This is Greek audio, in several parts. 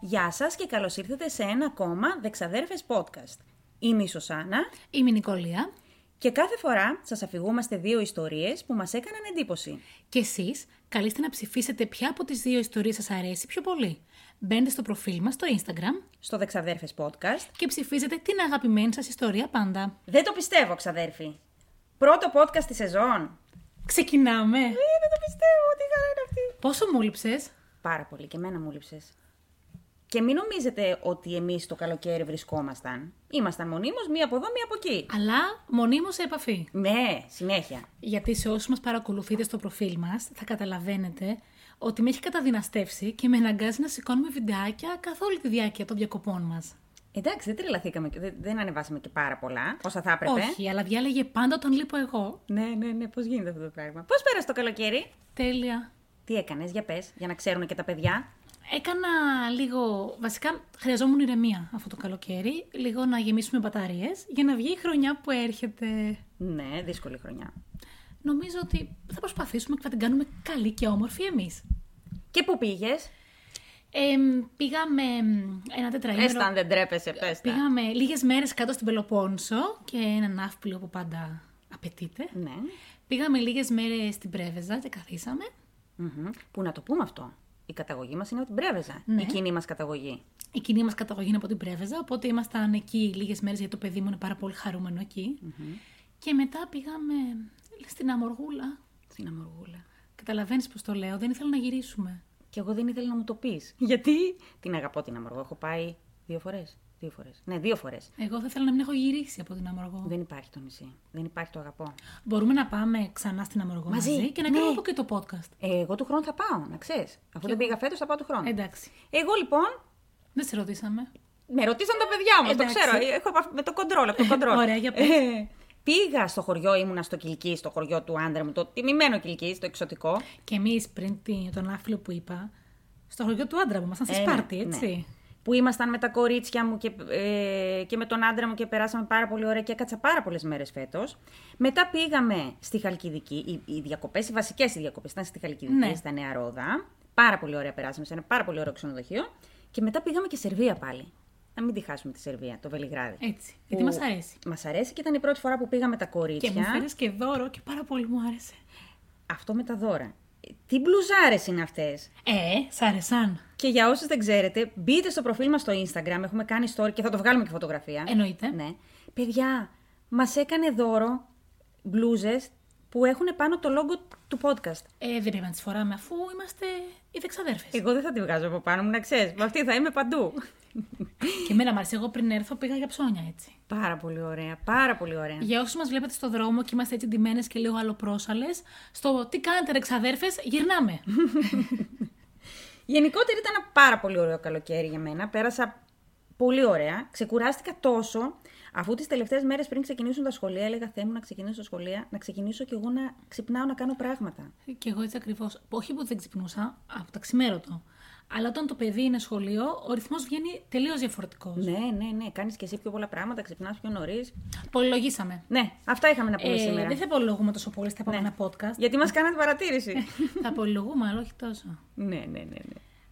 Γεια σας και καλώς ήρθατε σε ένα ακόμα Δεξαδέρφες Podcast. Είμαι η Σωσάνα Είμαι η Νικολία και κάθε φορά σας αφηγούμαστε δύο ιστορίες που μας έκαναν εντύπωση. και εσείς καλείστε να ψηφίσετε ποια από τις δύο ιστορίες σας αρέσει πιο πολύ. Μπαίνετε στο προφίλ μας στο Instagram Στο Δεξαδέρφες Podcast και ψηφίζετε την αγαπημένη σας ιστορία πάντα. δεν το πιστεύω, ξαδέρφη. Πρώτο podcast της σεζόν. Ξεκινάμε! Ε, δεν το πιστεύω, τι χαρά είναι αυτή. Πόσο μου λείψες? Πάρα πολύ και εμένα μου λείψες. Και μην νομίζετε ότι εμείς το καλοκαίρι βρισκόμασταν. Ήμασταν μονίμως μία από εδώ, μία από εκεί. αλλά μονίμως σε επαφή. Ναι, συνέχεια. Γιατί σε όσους μας παρακολουθείτε στο προφίλ μας θα καταλαβαίνετε ότι με έχει καταδυναστεύσει και με αναγκάζει να σηκώνουμε βιντεάκια καθ' όλη τη διάρκεια των διακοπών μας. Εντάξει, δεν τρελαθήκαμε, και δεν, δεν ανεβάσαμε και πάρα πολλά, όσα θα έπρεπε. Όχι, αλλά διάλεγε πάντα όταν λείπω εγώ. Ναι, ναι, ναι, πώς γίνεται αυτό το πράγμα. Πώς πέρασε το καλοκαίρι, Τέλεια. Τι έκανες, για πες, για να ξέρουν και τα παιδιά. Έκανα λίγο. Βασικά, χρειαζόμουν ηρεμία αυτό το καλοκαίρι. Λίγο να γεμίσουμε μπαταρίες για να βγει η χρονιά που έρχεται. Ναι, δύσκολη χρονιά. Νομίζω ότι θα προσπαθήσουμε και θα την κάνουμε καλή και όμορφη εμείς. Και πού πήγες, Ε, πήγαμε ένα Πες τα, τετραήμερο. αν δεν τρέπεσαι, πες τα. Πήγαμε λίγες μέρες κάτω στην Πελοπόννησο και ένα ναύπλιο που πάντα απαιτείται. Ναι. Πήγαμε λίγες μέρες στην Πρέβεζα και καθίσαμε. Μμμ. Που να το πούμε αυτό. Η καταγωγή μας είναι από την Πρέβεζα. Ναι. Η κοινή μας καταγωγή. Η κοινή μας καταγωγή είναι από την Πρέβεζα, οπότε ήμασταν εκεί λίγες μέρες γιατί το παιδί μου είναι πάρα πολύ χαρούμενο εκεί. Mm-hmm. Και μετά πήγαμε στην Αμοργούλα. Στην Αμοργούλα. Καταλαβαίνεις πώς το λέω, δεν ήθελα να γυρίσουμε. Και εγώ δεν ήθελα να μου το πεις. Γιατί την αγαπώ την Αμοργό. Έχω πάει δύο φορές. Δύο φορές. Ναι, δύο φορές. Εγώ θα ήθελα να μην έχω γυρίσει από την Αμοργό. Δεν υπάρχει το νησί. Δεν υπάρχει το αγαπώ. Μπορούμε να πάμε ξανά στην Αμοργό Μαζί, μαζί, και να ναι. κάνουμε από εκεί το podcast. Ε, εγώ του χρόνου θα πάω, να ξέρεις. Αφού δεν πήγα φέτος, θα πάω του χρόνου. Εντάξει. Εγώ λοιπόν Δεν σε ρωτήσαμε. Με ρωτήσαν τα παιδιά μου, το Εντάξει. ξέρω. Έχω επαφή με το κοντρόλ, από το κοντρόλ. Ωραία, για πες. Ε, πήγα στο χωριό, ήμουνα στο Κυλκή, στο χωριό του άντρα μου, το τιμημένο Κυλκή, το εξωτικό. Και εμείς πριν την- τον άφιλο που είπα, στο χωριό του άντρα μου, ήμασταν στη Ε, ναι, Σπάρτη, ναι. έτσι. Που ήμασταν με τα κορίτσια μου και, ε, και με τον άντρα μου και περάσαμε πάρα πολύ ωραία και έκατσα πάρα πολλές μέρες φέτος. Μετά πήγαμε στη Χαλκιδική. Οι, οι διακοπές, οι βασικές οι διακοπές ήταν στη Χαλκιδική, Ναι. στα Νέα Ρόδα. Πάρα πολύ ωραία περάσαμε σε ένα πάρα πολύ ωραίο ξενοδοχείο. Και μετά πήγαμε και Σερβία πάλι. Να μην τη χάσουμε τη Σερβία, το Βελιγράδι. Έτσι. Γιατί μας αρέσει. Μας αρέσει και ήταν η πρώτη φορά που πήγαμε τα Και κορίτσια. μου φέρει και δώρο και πάρα πολύ μου άρεσε. Αυτό με τα δώρα. Ε, Τι μπλουζάρες είναι αυτές. Ε, σ' άρεσαν. Και για όσου δεν ξέρετε, μπείτε στο προφίλ μας στο Instagram. Έχουμε κάνει story και θα το βγάλουμε και φωτογραφία. Εννοείται. Ναι. Παιδιά, μας έκανε δώρο μπλούζες που έχουν πάνω το logo του podcast. Ε, δεν πρέπει να τις φοράμε αφού είμαστε οι δεξαδέρφες. Εγώ δεν θα τη βγάζω από πάνω μου, να ξέρεις. Με αυτή θα είμαι παντού. Και εμένα μου αρέσει. Εγώ πριν έρθω πήγα για ψώνια έτσι. πάρα πολύ ωραία, πάρα πολύ ωραία. Για όσους μας βλέπετε στο δρόμο και είμαστε έτσι ντυμένες και λίγο αλλοπρόσαλες, στο τι κάνετε ρε ξαδέρφες, γυρνάμε. Γενικότερα ήταν ένα πάρα πολύ ωραίο καλοκαίρι για μένα. Πέρασα πολύ ωραία. Ξεκουράστηκα τόσο, αφού τις τελευταίες μέρες πριν ξεκινήσουν τα σχολεία, έλεγα Θεέ μου να ξεκινήσω τα σχολεία, να ξεκινήσω κι εγώ να ξυπνάω να κάνω πράγματα. και εγώ έτσι ακριβώς. Όχι που δεν ξυπνούσα, από τα ξημέρωτο. Αλλά όταν το παιδί είναι σχολείο, ο ρυθμός βγαίνει τελείως διαφορετικός. Ναι, ναι, ναι. Κάνεις και εσύ πιο πολλά πράγματα, ξυπνάς πιο νωρίς. Πολυλογήσαμε. Ναι, αυτά είχαμε να πούμε Ε, σήμερα. Ναι. δεν θα πολυλογούμε τόσο πολύ στα επόμενα podcast. Γιατί μας κάνατε παρατήρηση. θα πολυλογούμε, αλλά όχι τόσο. ναι, ναι, ναι. ναι.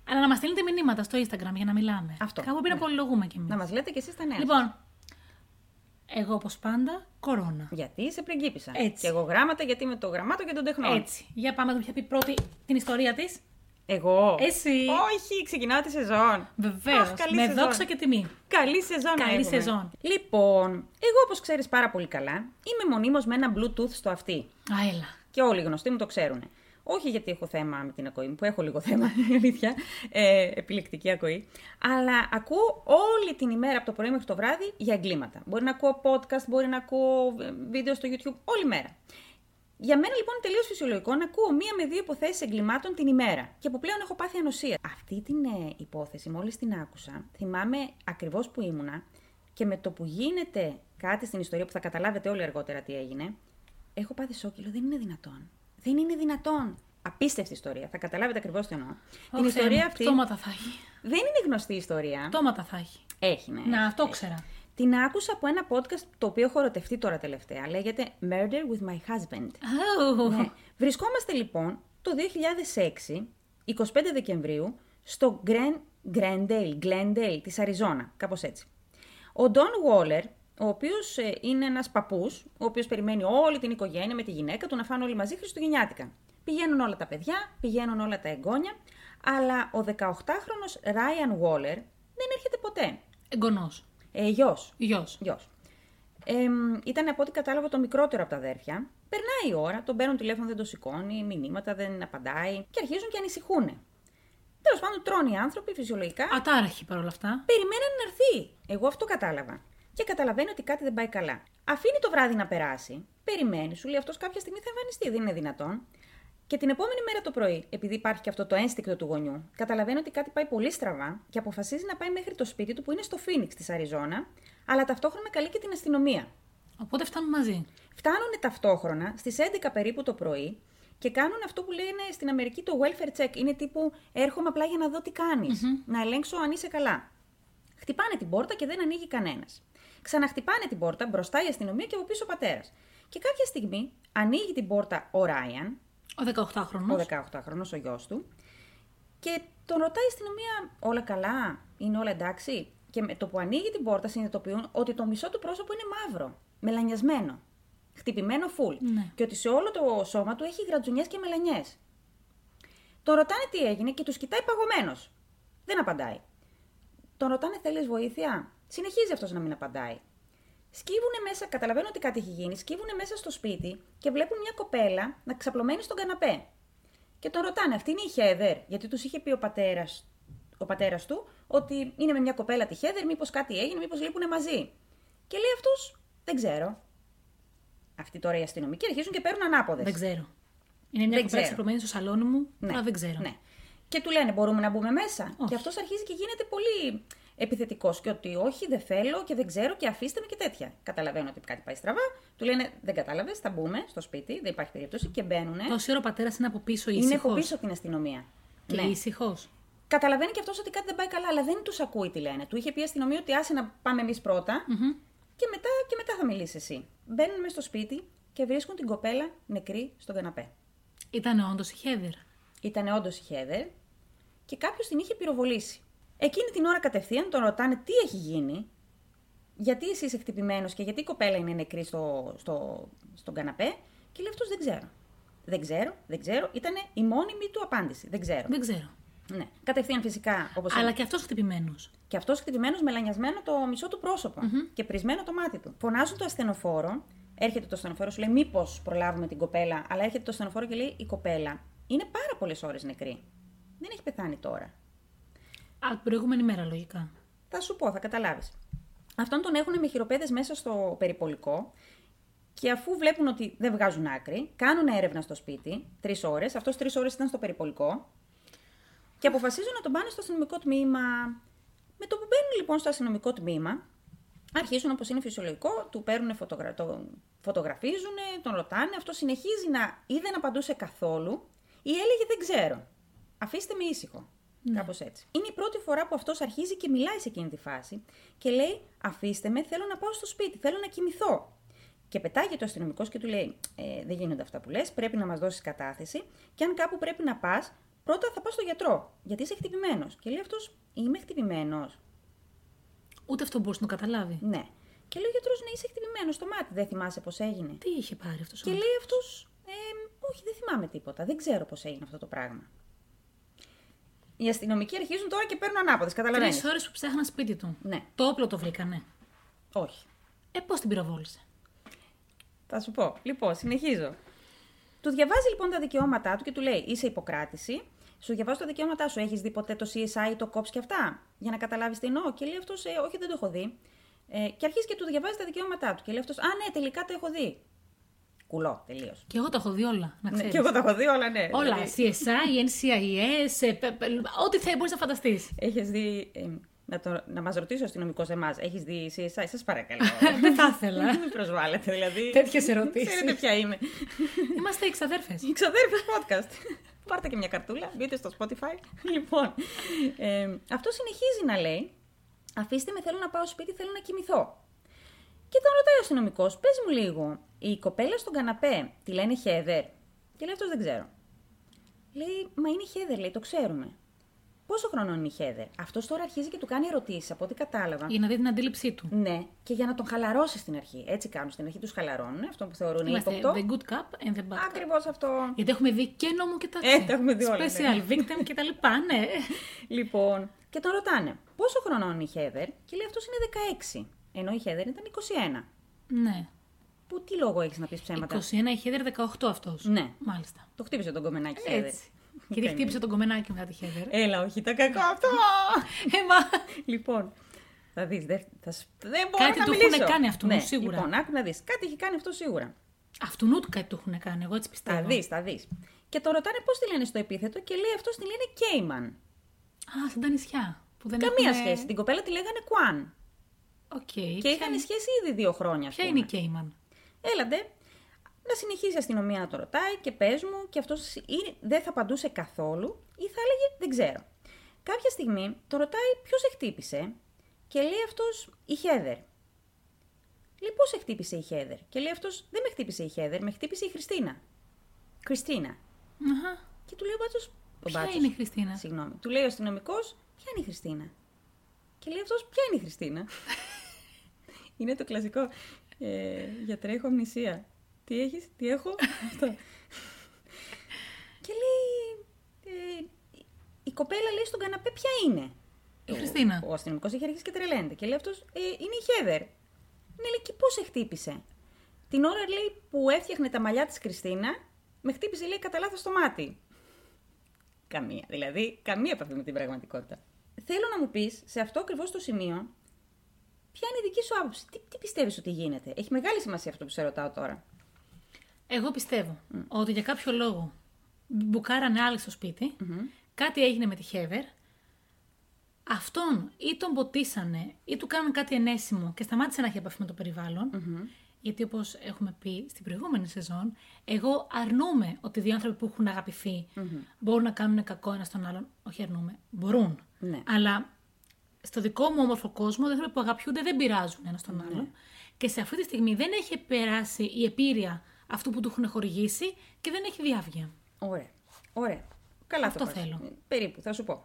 Αλλά να μα στείλετε μηνύματα στο Instagram για να μιλάμε. Αυτό, Ναι. Κάπου πρέπει να πολυλογούμε κι εμείς. Να μας λέτε κι εσείς τα νέα. Λοιπόν, εγώ όπως πάντα, κορώνα. Γιατί είσαι πριγκίπισσα. Έτσι. Και εγώ γράμματα, γιατί είμαι το γραμμάτο και τον τεχνό. Έτσι. Για πάμε να δούμε ποια πει πρώτη την ιστορία της. Εγώ. Εσύ. Όχι, ξεκινάω τη σεζόν. Αχ, Βεβαίω. καλή Με σεζόν. δόξα και τιμή. Καλή σεζόν, να Καλή έχουμε. σεζόν. Λοιπόν, εγώ όπως ξέρεις πάρα πολύ καλά, είμαι μονίμως με ένα Bluetooth στο αυτί. Α, έλα. Και όλοι οι γνωστοί μου το ξέρουν. Όχι γιατί έχω θέμα με την ακοή μου, που έχω λίγο θέμα, η αλήθεια, ε, επιλεκτική ακοή. Αλλά ακούω όλη την ημέρα από το πρωί μέχρι το βράδυ για εγκλήματα. Μπορεί να ακούω podcast, μπορεί να ακούω ε, βίντεο στο YouTube, όλη μέρα. Για μένα λοιπόν είναι τελείως φυσιολογικό να ακούω μία με δύο υποθέσεις εγκλημάτων την ημέρα. Και που πλέον έχω πάθει ανοσία. Αυτή την ε, υπόθεση, μόλις την άκουσα, θυμάμαι ακριβώς που ήμουνα και με το που γίνεται κάτι στην ιστορία που θα καταλάβετε όλοι αργότερα τι έγινε, έχω πάθει σοκ. Λέω, δεν είναι δυνατόν. Δεν είναι δυνατόν. Απίστευτη ιστορία. Θα καταλάβετε ακριβώς τι εννοώ. την Ω, Θεέ ιστορία μου, αυτή Πτώματα θα έχει. δεν είναι γνωστή ιστορία. Πτώματα θα έχει. Έχει, ναι. Να, έχει, αυτό έχει. ξέρα. Την άκουσα από ένα podcast το οποίο έχω ερωτευτεί τώρα τελευταία. Λέγεται Murder with my husband. Ναι. Βρισκόμαστε λοιπόν το 2006, 25 Δεκεμβρίου, στο Grand Γκρέντελ, Glendale, της Αριζόνα, κάπως έτσι. Ο Ντόν Βόλερ, ο οποίος είναι ένας παππούς, ο οποίος περιμένει όλη την οικογένεια με τη γυναίκα του να φάνε όλοι μαζί Χριστουγεννιάτικα. Πηγαίνουν όλα τα παιδιά, πηγαίνουν όλα τα εγγόνια, αλλά ο 18χρονο Ράιαν Βόλερ δεν έρχεται ποτέ. Εγγονός. Ε, γιος. Γιος. Γιος. Ε, ήταν από ό,τι κατάλαβα το μικρότερο από τα αδέρφια. Περνάει η ώρα, τον παίρνουν τηλέφωνο, δεν το σηκώνει, μηνύματα δεν απαντάει και αρχίζουν και ανησυχούν. Τέλος πάντων, τρώνε οι άνθρωποι φυσιολογικά. Ατάραχη παρόλα αυτά. Περιμέναν να έρθει. Εγώ αυτό κατάλαβα. Και καταλαβαίνει ότι κάτι δεν πάει καλά. Αφήνει το βράδυ να περάσει. Περιμένει, σου λέει αυτός κάποια στιγμή θα εμφανιστεί. Δεν είναι δυνατόν. Και την επόμενη μέρα το πρωί, επειδή υπάρχει και αυτό το ένστικτο του γονιού, καταλαβαίνει ότι κάτι πάει πολύ στραβά και αποφασίζει να πάει μέχρι το σπίτι του που είναι στο Φίνιξ της Αριζόνα, αλλά ταυτόχρονα καλεί και την αστυνομία. Οπότε φτάνουν μαζί. Φτάνουν ταυτόχρονα στις 11 περίπου το πρωί και κάνουν αυτό που λένε στην Αμερική το welfare check. Είναι τύπου έρχομαι απλά για να δω τι κανει να ελέγξω αν είσαι καλά. Χτυπάνε την πόρτα και δεν ανοίγει κανένας. Ξαναχτυπάνε την πόρτα μπροστά η αστυνομία και από πίσω ο πατέρας. Και κάποια στιγμή ανοίγει την πόρτα ο Ράιαν, Ο 18χρονο. ο 18χρονο, ο γιος του, και τον ρωτάει η αστυνομία: Όλα καλά, είναι όλα εντάξει. Και με το που ανοίγει την πόρτα συνειδητοποιούν ότι το μισό του πρόσωπο είναι μαύρο, μελανιασμένο, χτυπημένο φουλ. Ναι. Και ότι σε όλο το σώμα του έχει γρατζουνιές και μελανιές. Τον ρωτάνε τι έγινε και τους κοιτάει παγωμένος. Δεν απαντάει. Τον ρωτάνε θέλεις βοήθεια. Συνεχίζει αυτός να μην απαντάει. Σκύβουνε μέσα, καταλαβαίνω ότι κάτι έχει γίνει, σκύβουνε μέσα στο σπίτι και βλέπουν μια κοπέλα να ξαπλωμένη στον καναπέ. Και τον ρωτάνε, αυτή είναι η Χέδερ, γιατί τους είχε πει ο πατέρας ο πατέρας του ότι είναι με μια κοπέλα τη Χέδερ, μήπως κάτι έγινε, μήπως λείπουν μαζί. Και λέει αυτός, δεν ξέρω. Αυτοί τώρα οι αστυνομικοί αρχίζουν και παίρνουν ανάποδες. Δεν ξέρω. Είναι μια Δεν κοπέλα ξέρω. ξεπλωμένη στο σαλόνι μου, αλλά δεν ξέρω. Ναι. Και του λένε, μπορούμε να μπούμε μέσα. Όχι. Και αυτός αρχίζει και γίνεται πολύ επιθετικός. Και ότι όχι, δεν θέλω και δεν ξέρω και αφήστε με και τέτοια. Καταλαβαίνω ότι κάτι πάει στραβά. Του λένε, δεν κατάλαβες, θα μπούμε στο σπίτι, δεν υπάρχει περίπτωση. Και μπαίνουν. Τόση ώρα ο πατέρας είναι από πίσω ήσυχο. Είναι από πίσω από την αστυνομία. Και Ναι. ήσυχος. Καταλαβαίνει και αυτός ότι κάτι δεν πάει καλά, αλλά δεν τους ακούει τι λένε. Του είχε πει η αστυνομία ότι άσε να πάμε εμείς πρώτα και, μετά, και μετά θα μιλήσεις εσύ. Μπαίνουν μέσα στο σπίτι και βρίσκουν την κοπέλα νεκρή στον καναπέ. Ήταν όντως η Χέδερ. Ναι. Ήταν όντως η Χέδερ και κάποιος την είχε πυροβολήσει. Εκείνη την ώρα κατευθείαν τον ρωτάνε τι έχει γίνει, γιατί εσύ είσαι χτυπημένος και γιατί η κοπέλα είναι νεκρή στο, στο, στον καναπέ. Και λέει αυτός δεν ξέρω. Δεν ξέρω, δεν ξέρω. Ήταν η μόνιμη του απάντηση. Δεν ξέρω. Δεν ξέρω. Ναι. Κατευθείαν φυσικά όπως Αλλά και αυτός χτυπημένος. και αυτός χτυπημένος μελανιασμένο το μισό του προσωπο και πρισμένο το μάτι του. Φωνάζουν το ασθενοφόρο, έρχεται το ασθενοφόρο, σου λέει μήπως προλάβουμε την κοπέλα, αλλά έρχεται το ασθενοφόρο και λέει η κοπέλα είναι πάρα πολλές ώρες νεκρή. Δεν έχει πεθάνει τώρα. Από την προηγούμενη μέρα, λογικά. Θα σου πω, θα καταλάβεις. Αυτόν τον έχουν με χειροπέδες μέσα στο περιπολικό και αφού βλέπουν ότι δεν βγάζουν άκρη, κάνουν έρευνα στο σπίτι τρεις ώρες. Αυτός τρεις ώρες ήταν στο περιπολικό και αποφασίζουν να τον πάνε στο αστυνομικό τμήμα. Με το που μπαίνουν λοιπόν στο αστυνομικό τμήμα, αρχίζουν όπως είναι φυσιολογικό, του παίρνουν φωτογρα... τον φωτογραφίζουν, τον ρωτάνε. Αυτό συνεχίζει να ή δεν απαντούσε καθόλου ή έλεγε δεν ξέρω. Αφήστε με ήσυχο. Κάπως έτσι. Είναι η πρώτη φορά που αυτός αρχίζει και μιλάει σε εκείνη τη φάση και λέει: Αφήστε με, θέλω να πάω στο σπίτι, θέλω να κοιμηθώ. Και πετάγεται ο αστυνομικός και του λέει: «Ε, Δεν γίνονται αυτά που λες, πρέπει να μας δώσεις κατάθεση. Και αν κάπου πρέπει να πας, πρώτα θα πας στο γιατρό, γιατί είσαι χτυπημένος. Και λέει αυτός: Είμαι χτυπημένος. Ούτε αυτό μπορούσε να το καταλάβει. Ναι. Και λέει ο γιατρός: Ναι, είσαι χτυπημένος στο μάτι, δεν θυμάσαι πώς έγινε. Τι είχε πάρει αυτός Και λέει αυτός: ε, Όχι, δεν θυμάμαι τίποτα. Δεν ξέρω πώς έγινε αυτό το πράγμα. Οι αστυνομικοί αρχίζουν τώρα και παίρνουν ανάποδες. Καταλαβαίνεις. Τρεις ώρες που ψάχναν σπίτι του. Ναι. Το όπλο το βρήκανε. Όχι. Ε, πώς την πυροβόλησε. Θα σου πω. Λοιπόν, συνεχίζω. Του διαβάζει λοιπόν τα δικαιώματά του και του λέει: Είσαι υποκράτηση. Σου διαβάζω τα δικαιώματά σου. Έχεις δει ποτέ το CSI, το COPS και αυτά. Για να καταλάβεις τι εννοώ. Και λέει αυτός: ε, Όχι, δεν το έχω δει. Ε, και αρχίζει και του διαβάζει τα δικαιώματά του. Και λέει αυτός: Α, ναι, τελικά τα έχω δει. Κουλό, τελείως. Και εγώ τα έχω δει όλα, Ναι, να ξέρεις. και εγώ τα έχω δει όλα, ναι. Όλα. Δηλαδή, CSI, NCIS, ε, πε- πε- ό,τι θε, μπορείς να φανταστείς. Έχεις δει. ε, να, το, να μας ρωτήσει ο αστυνομικός εμάς, έχεις δει CSI, σας παρακαλώ. Ε, Δεν θα ήθελα. Μην προσβάλλετε, δηλαδή. Τέτοιες ερωτήσεις. Ξέρετε ποια είμαι. Είμαστε εξαδέρφες. Οι ξαδέρφες podcast. Πάρτε και μια καρτούλα, μπείτε στο Spotify. λοιπόν, ε, αυτό συνεχίζει να λέει, αφήστε με, θέλω να πάω σπίτι, θέλω να κοιμηθώ. Και τον ρωτάει ο αστυνομικός, πες μου λίγο, η κοπέλα στον καναπέ τη λένε Χέδερ. Και λέει αυτός δεν ξέρω. Λέει, μα είναι Χέδερ, λέει, το ξέρουμε. Πόσο χρονών είναι η Χέδερ. Αυτός τώρα αρχίζει και του κάνει ερωτήσεις, από ό,τι κατάλαβα. Για να δει την αντίληψή του. Ναι, και για να τον χαλαρώσει στην αρχή. Έτσι κάνουν. Στην αρχή τους χαλαρώνουν, αυτό που θεωρούν Είμαστε ύποπτο. the good cup and the bad cup. Ακριβώς αυτό. Γιατί έχουμε δει και νόμο και τα Ε, τα έχουμε δει όλα, Special victim και τα λοιπά, ναι. Λοιπόν, και τον ρωτάνε πόσο χρονών είναι η Χέδερ και λέει αυτός είναι 16. Ενώ η Χέδερ ήταν 21. ναι. Που τι λόγο έχεις να πεις ψέματα. 21 η Χέδερ, 18 αυτός. Ναι. Μάλιστα. Το χτύπησε τον κομμενάκι Χέδερ. Ναι. Έτσι. Γιατί χτύπησε τον κομμενάκι μετά τη Ε, Χέδερ. Έλα, όχι, ήταν κακό αυτό. Έμα. λοιπόν, θα δεις. Δεν, θα, σ- δεν μπορώ Κάτι να του μιλήσω. έχουνε κάνει αυτού, ναι. σίγουρα. Λοιπόν, άκου να δεις. Κάτι έχει κάνει αυτό σίγουρα. Αυτού νου του κάτι του έχουν κάνει, εγώ έτσι πιστεύω. Θα δεις, θα δεις. Και τον ρωτάνε πώς τη λένε στο επίθετο και λέει αυτός τη λένε Κέιμαν. Α, σαν τα νησιά. Που δεν Καμία έχουνε- σχέση. Την κοπέλα τη λέγανε Κουάν. Οκ. Και Ποια είχαν σχέση ήδη δύο χρόνια. ας Ποια πούμε. είναι η Κέιμαν. Έλατε. Να συνεχίσει η αστυνομία να το ρωτάει και πες μου, και αυτός δεν θα απαντούσε καθόλου ή θα έλεγε δεν ξέρω. Κάποια στιγμή το ρωτάει ποιος σε χτύπησε και λέει αυτός η Χέδερ. Λέει πώς σε χτύπησε η Χέδερ. Και λέει αυτός δεν με χτύπησε η Χέδερ, με χτύπησε η Χριστίνα. Χριστίνα. Αχα. Και του λέει ο μπάτσος. Ποια είναι η Χριστίνα? Συγγνώμη. Του λέει ο αστυνομικός, ποια είναι η Χριστίνα. Και λέει αυτός, ποια είναι η Χριστίνα. είναι το κλασικό. Ε, γιατρέ, έχω αμνησία. Τι έχεις, τι έχω. Αυτό. και λέει. Ε, η κοπέλα λέει στον καναπέ, ποια είναι. Η Χριστίνα. Ο, ο αστυνομικό έχει αρχίσει και τρελαίνεται. Και λέει αυτός, ε, είναι η Χέδερ. Ναι, λέει, και πώς σε χτύπησε. Την ώρα λέει που έφτιαχνε τα μαλλιά της Χριστίνα, με χτύπησε λέει κατά λάθος στο μάτι. Καμία. Δηλαδή, καμία επαφή με την πραγματικότητα. Θέλω να μου πεις σε αυτό ακριβώς το σημείο, ποια είναι η δική σου άποψη. Τι, τι πιστεύεις ότι γίνεται. Έχει μεγάλη σημασία αυτό που σε ρωτάω τώρα. Εγώ πιστεύω ότι για κάποιο λόγο μπουκάρανε άλλοι στο σπιτι κάτι έγινε με τη Χέβερ, αυτόν ή τον ποτίσανε ή του κάνανε κάτι ενέσιμο και σταμάτησε να έχει επαφή με το περιβαλλον Γιατί όπως έχουμε πει στην προηγούμενη σεζόν, εγώ αρνούμαι ότι δύο άνθρωποι που έχουν αγαπηθει μπορούν να κάνουν κακό ένα στον άλλον. Όχι αρνούμαι, μπορούν. Ναι. Αλλά στο δικό μου όμορφο κόσμο, δεν άνθρωποι που αγαπιούνται δεν πειράζουν ένα τον άλλον. Και σε αυτή τη στιγμή δεν έχει περάσει η επίρρεια αυτού που του έχουν χορηγήσει και δεν έχει διάβγεια. Ωραία. Ωραία. Καλά Αυτό το πας. θέλω. Περίπου, θα σου πω.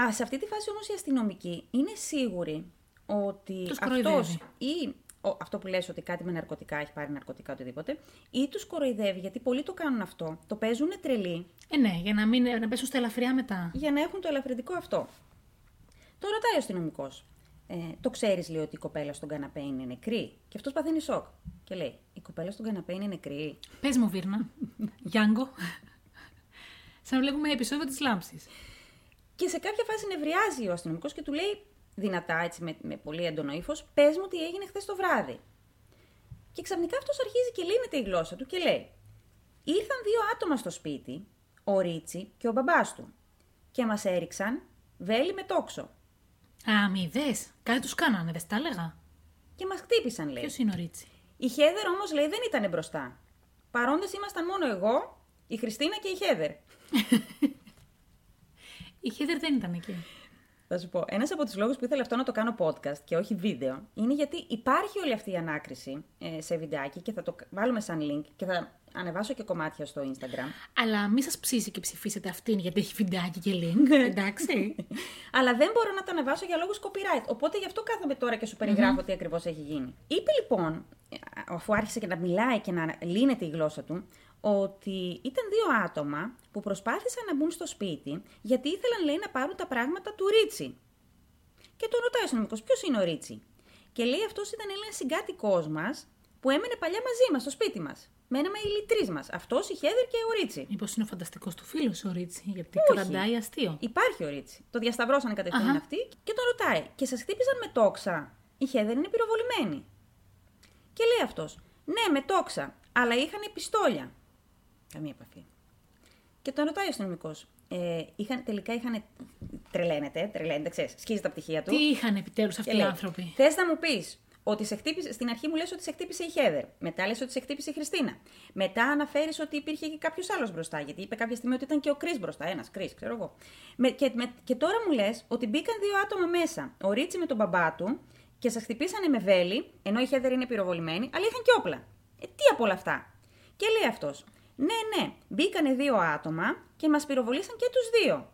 Α, σε αυτή τη φάση όμως οι αστυνομικοί είναι σίγουροι ότι Τους αυτός κοροϊδεύει. ή ο, αυτό που λες ότι κάτι με ναρκωτικά, έχει πάρει ναρκωτικά οτιδήποτε, ή τους κοροϊδεύει γιατί πολλοί το κάνουν αυτό, το παίζουν τρελοί Ε, ναι, για να, μην, να πέσουν στα ελαφριά μετά. για να έχουν το ελαφρυντικό αυτό. Το ρωτάει ο αστυνομικός. Ε, το ξέρεις, λέει, ότι η κοπέλα στον καναπέ είναι νεκρή. Και αυτός παθαίνει σοκ. Και λέει: Η κοπέλα στον καναπέ είναι νεκρή. Πες μου, Βίρνα. Γιάνγκο. Σαν να βλέπουμε επεισόδιο της λάμψης. Και σε κάποια φάση νευριάζει ο αστυνομικός και του λέει δυνατά, έτσι με, με πολύ έντονο ύφος, πες μου τι έγινε χθες το βράδυ. Και ξαφνικά αυτός αρχίζει και λύνεται η γλώσσα του και λέει: Ήρθαν δύο άτομα στο σπίτι, ο Ρίτσι και ο μπαμπάς του, και μας έριξαν βέλη με τόξο. Α, μη δες. Κάτι τους κάνανε, δεν τα έλεγα. Και μας χτύπησαν, λέει. Ποιος είναι ο Ρίτσι. Η Χέδερ όμως λέει δεν ήταν μπροστά. Παρόντες ήμασταν μόνο εγώ, η Χριστίνα και η Χέδερ. Η Χέδερ δεν ήταν εκεί. Θα σου πω, ένας από τους λόγους που ήθελα αυτό να το κάνω podcast και όχι βίντεο, είναι γιατί υπάρχει όλη αυτή η ανάκριση ε, σε βιντεάκι και θα το βάλουμε σαν link και θα ανεβάσω και κομμάτια στο Instagram. Αλλά μη σας ψήσει και ψηφίσετε αυτήν γιατί έχει βιντεάκι και link. Εντάξει. Αλλά δεν μπορώ να τα ανεβάσω για λόγους copyright. Οπότε γι' αυτό κάθομαι τώρα και σου περιγραφω τι ακριβώς έχει γίνει. Είπε λοιπόν, αφού άρχισε και να μιλάει και να λύνεται η γλώσσα του, ότι ήταν δύο άτομα που προσπάθησαν να μπουν στο σπίτι γιατί ήθελαν, λέει, να πάρουν τα πράγματα του Ρίτσι. Και τον ρωτάει ο αστυνομικός, ποιος είναι ο Ρίτσι. Και λέει αυτός ήταν ένα συγκάτοικός μας που έμενε παλιά μαζί μας στο σπίτι μας. Μέναμε οι λυτρεί μας. Αυτός, η Χέδερ και ο Ρίτσι. Μήπως είναι ο φανταστικός του φίλος ο Ρίτσι, γιατί Όχι. κρατάει αστείο. Υπάρχει ο Ρίτσι. Το διασταυρώσανε κατευθείαν Αχα. αυτοί και τον ρωτάει. Και σας χτύπησαν με τόξα. Η Χέδερ είναι πυροβολημένη. Και λέει αυτός. Ναι, με τόξα. Αλλά είχαν πιστόλια. Καμία επαφή. Και τον ρωτάει ο αστυνομικός. Ε, είχαν, τελικά είχαν. Τρελαίνεται, τρελαίνεται, ξέρεις. Σκίζει τα πτυχία του. Τι είχαν επιτέλους αυτοί οι άνθρωποι. Θες να μου πεις ότι σε χτύπησε. Στην αρχή μου λες ότι σε χτύπησε η Χέδερ. Μετά λες ότι σε χτύπησε η Χριστίνα. Μετά αναφέρεις ότι υπήρχε και κάποιος άλλος μπροστά. Γιατί είπε κάποια στιγμή ότι ήταν και ο Κρι μπροστά. Ένας Κρι, ξέρω εγώ. Με, και, με, και τώρα μου λες ότι μπήκαν δύο άτομα μέσα. Ο Ρίτσι με τον μπαμπά του και σας χτυπήσανε με βέλη, ενώ η Χέδερ είναι πυροβολημένη, αλλά είχαν και όπλα. Ε, τι από όλα αυτά. Και λέει αυτός. Ναι, ναι, μπήκανε δύο άτομα και μας πυροβολήσαν και τους δύο.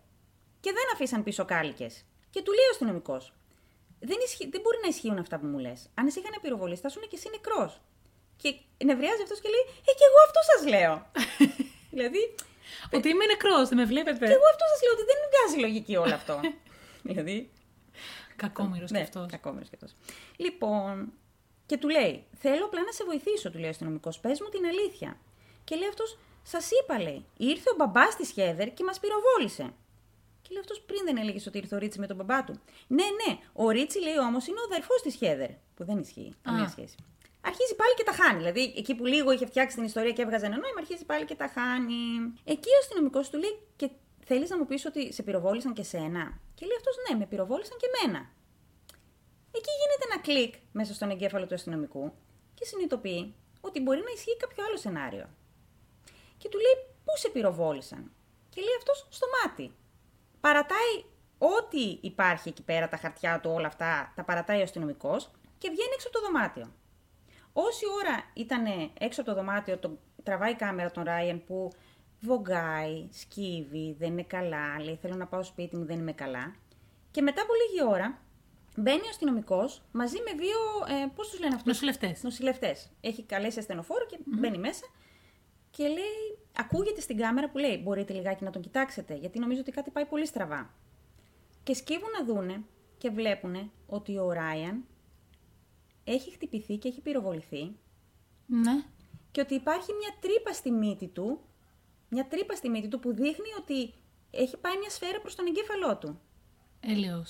και δεν αφήσαν πίσω κάλικες. Και του λέει ο αστυνομικός. Δεν, ισχύ... δεν μπορεί να ισχύουν αυτά που μου λες. Αν σε είχαν πυροβολήσει, θα σου είναι και εσύ νεκρός. Και νευριάζει αυτός και λέει: Ε, και εγώ αυτό σας λέω. δηλαδή. Ότι είμαι νεκρός, δεν με βλέπετε. Και εγώ αυτό σας λέω ότι δεν βγάζει λογική όλο αυτό. δηλαδή. Κακόμοιρος ναι, κι αυτός. κακόμοιρος κι αυτός. Λοιπόν, και του λέει: Θέλω απλά να σε βοηθήσω, του λέει ο αστυνομικός. Πες μου την αλήθεια. Και λέει αυτός: Σας είπα, λέει. Ήρθε ο μπαμπάς τη Χέδερ και μας πυροβόλησε. Και λέει αυτός: Πριν δεν έλεγε ότι ήρθε ο Ρίτσι με τον μπαμπά του. Ναι, ναι. Ο Ρίτσι, λέει όμως, είναι ο αδερφός της Χέδερ. Που δεν ισχύει. Καμία Α. σχέση. Αρχίζει πάλι και τα χάνει. Δηλαδή, εκεί που λίγο είχε φτιάξει την ιστορία και έβγαζε ένα νόημα, αρχίζει πάλι και τα χάνει. Εκεί ο αστυνομικός του λέει: Και θέλεις να μου πεις ότι σε πυροβόλησαν και σένα. Και λέει αυτός: Ναι, με πυροβόλησαν και μένα. Εκεί γίνεται ένα κλικ μέσα στον εγκέφαλο του αστυνομικού και συνειδητοποιεί ότι μπορεί να ισχύει κάποιο άλλο σενάριο. Και του λέει πού σε πυροβόλησαν. Και λέει αυτός στο μάτι. Παρατάει ό,τι υπάρχει εκεί πέρα, τα χαρτιά του, όλα αυτά, τα παρατάει ο αστυνομικός και βγαίνει έξω από το δωμάτιο. Όση ώρα ήταν έξω από το δωμάτιο, τον τραβάει η κάμερα τον Ράιεν που βογγάει, σκύβει, δεν είναι καλά, λέει θέλω να πάω σπίτι μου, δεν είμαι καλά. Και μετά από λίγη ώρα μπαίνει ο αστυνομικός μαζί με δύο, ε, πώς τους λένε αυτούς, Νοσηλευτές. νοσηλευτές. Έχει καλέσει ασθενοφόρο και μπαίνει μέσα και λέει, ακούγεται στην κάμερα που λέει: Μπορείτε λιγάκι να τον κοιτάξετε, γιατί νομίζω ότι κάτι πάει πολύ στραβά. Και σκύβουν να δούνε και βλέπουν ότι ο Ράιαν έχει χτυπηθεί και έχει πυροβοληθεί Ναι. και ότι υπάρχει μια τρύπα στη μύτη του, μια τρύπα στη μύτη του που δείχνει ότι έχει πάει μια σφαίρα προς τον εγκέφαλό του. Έλεος.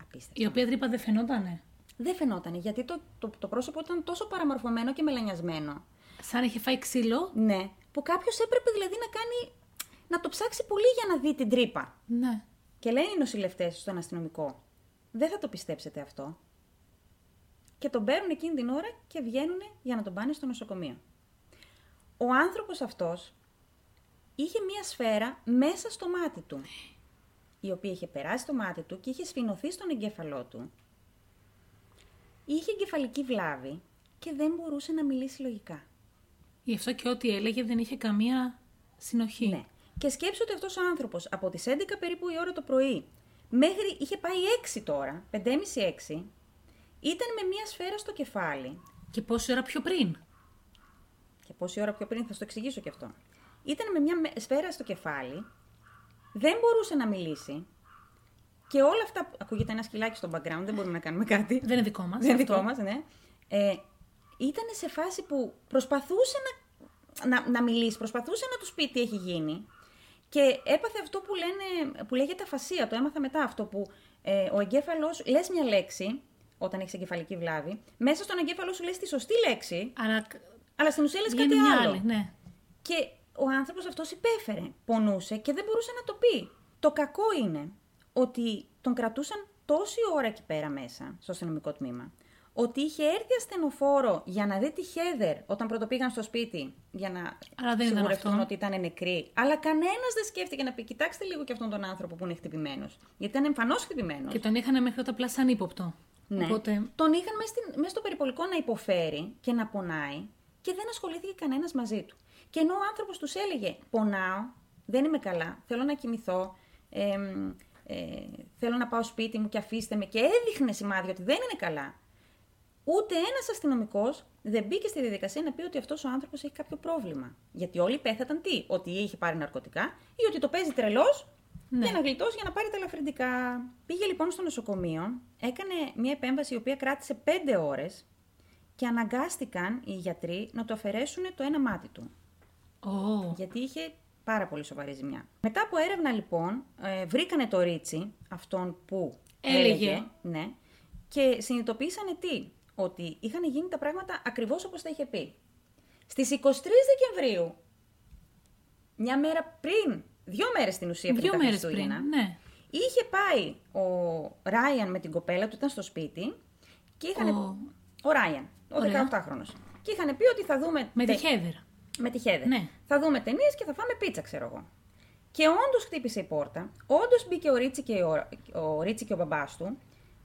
Απίστευτο. Η οποία τρύπα δεν φαινότανε. Δεν φαινόταν, γιατί το, το, το πρόσωπο ήταν τόσο παραμορφωμένο και μελανιασμένο. Σαν είχε φάει ξύλο. Ναι. Που κάποιος έπρεπε δηλαδή να κάνει. να το ψάξει πολύ για να δει την τρύπα. Ναι. Και λένε οι νοσηλευτές στον αστυνομικό, Δεν θα το πιστέψετε αυτό. Και τον παίρνουν εκείνη την ώρα και βγαίνουν για να τον πάνε στο νοσοκομείο. Ο άνθρωπος αυτός είχε μία σφαίρα μέσα στο μάτι του, η οποία είχε περάσει το μάτι του και είχε σφινωθεί στον εγκέφαλό του. Είχε εγκεφαλική βλάβη και δεν μπορούσε να μιλήσει λογικά. Γι' αυτό και ό,τι έλεγε δεν είχε καμία συνοχή. Ναι. Και σκέψου ότι αυτός ο άνθρωπος από τις 11 περίπου η ώρα το πρωί μέχρι είχε πάει 6 τώρα, 5.30-6, ήταν με μία σφαίρα στο κεφάλι. Και πόση ώρα πιο πριν. Και πόση ώρα πιο πριν θα σου το εξηγήσω και αυτό. Ήταν με μία με- σφαίρα στο κεφάλι, δεν μπορούσε να μιλήσει και όλα αυτά. Ακούγεται ένα σκυλάκι στο background, δεν μπορούμε να κάνουμε κάτι. Δεν είναι δικό μας. Δεν είναι δικό μας, ναι. Ε, ήταν σε φάση που προσπαθούσε να, να, να μιλήσει, προσπαθούσε να τους πει τι έχει γίνει. Και έπαθε αυτό που, λένε, που λέγεται αφασία. Το έμαθα μετά αυτό που ε, ο εγκέφαλος λες μια λέξη όταν έχεις εγκεφαλική βλάβη. Μέσα στον εγκέφαλος σου λες τη σωστή λέξη, Αλλά αλλά στην ουσία λες κάτι βγαίνει μια άλλο. άλλη, Ναι. Και ο άνθρωπος αυτός υπέφερε, πονούσε και δεν μπορούσε να το πει. Το κακό είναι ότι τον κρατούσαν τόση ώρα εκεί πέρα μέσα, στο αστυνομικό τμήμα, ότι είχε έρθει ασθενοφόρο για να δει τη Χέδερ όταν πρώτο πήγαν στο σπίτι για να Αλλά δεν ήταν σιγουρευτούν αυτό. ότι ήταν νεκρή. Αλλά κανένας δεν σκέφτηκε να πει: Κοιτάξτε λίγο και αυτόν τον άνθρωπο που είναι χτυπημένος. Γιατί ήταν εμφανώς χτυπημένος. Και τον είχαν μέχρι τότε απλά σαν ύποπτο. Ναι. Οπότε Τον είχαν μέσα, στην, μέσα στο περιπολικό να υποφέρει και να πονάει και δεν ασχολήθηκε κανένας μαζί του. Και ενώ ο άνθρωπος τους έλεγε: Πονάω, δεν είμαι καλά, θέλω να κοιμηθώ, εμ, ε, θέλω να πάω σπίτι μου και αφήστε με, και έδειχνε σημάδια ότι δεν είναι καλά. Ούτε ένας αστυνομικός δεν μπήκε στη διαδικασία να πει ότι αυτός ο άνθρωπος έχει κάποιο πρόβλημα. Γιατί όλοι πέθαταν τι, ότι ή είχε πάρει ναρκωτικά ή ότι το παίζει τρελός Ναι. για να γλιτώσει για να πάρει τα ελαφρυντικά. Πήγε λοιπόν στο νοσοκομείο, έκανε μια επέμβαση η οποία κράτησε 5 ώρες και αναγκάστηκαν οι γιατροί να του αφαιρέσουν το ένα μάτι του. Ω, Γιατί είχε πάρα πολύ σοβαρή ζημιά. Μετά από έρευνα λοιπόν, ε, βρήκανε το Ρίτσι, αυτόν που Έλεγε. ναι, και συνειδητοποίησανε τι, ότι είχαν γίνει τα πράγματα ακριβώς όπως τα είχε πει. Στις 23 Δεκεμβρίου, μια μέρα πριν, δύο μέρες στην ουσία πριν δύο τα μέρες πριν. Χριστούγεννα, Ναι. είχε πάει ο Ράιαν με την κοπέλα του, ήταν στο σπίτι και είχαν... Ο- Ο Ράιαν, ο Ωραία. 18χρονος. Και είχαν πει ότι θα δούμε... Με τη τε- Χέδερ. με τη Χέδερ. Ναι. Θα δούμε ταινίες και θα φάμε πίτσα, ξέρω εγώ. Και όντως χτύπησε η πόρτα, όντως μπήκε ο Ρίτσι και ο, ο, Ρίτσι και ο μπαμπάς του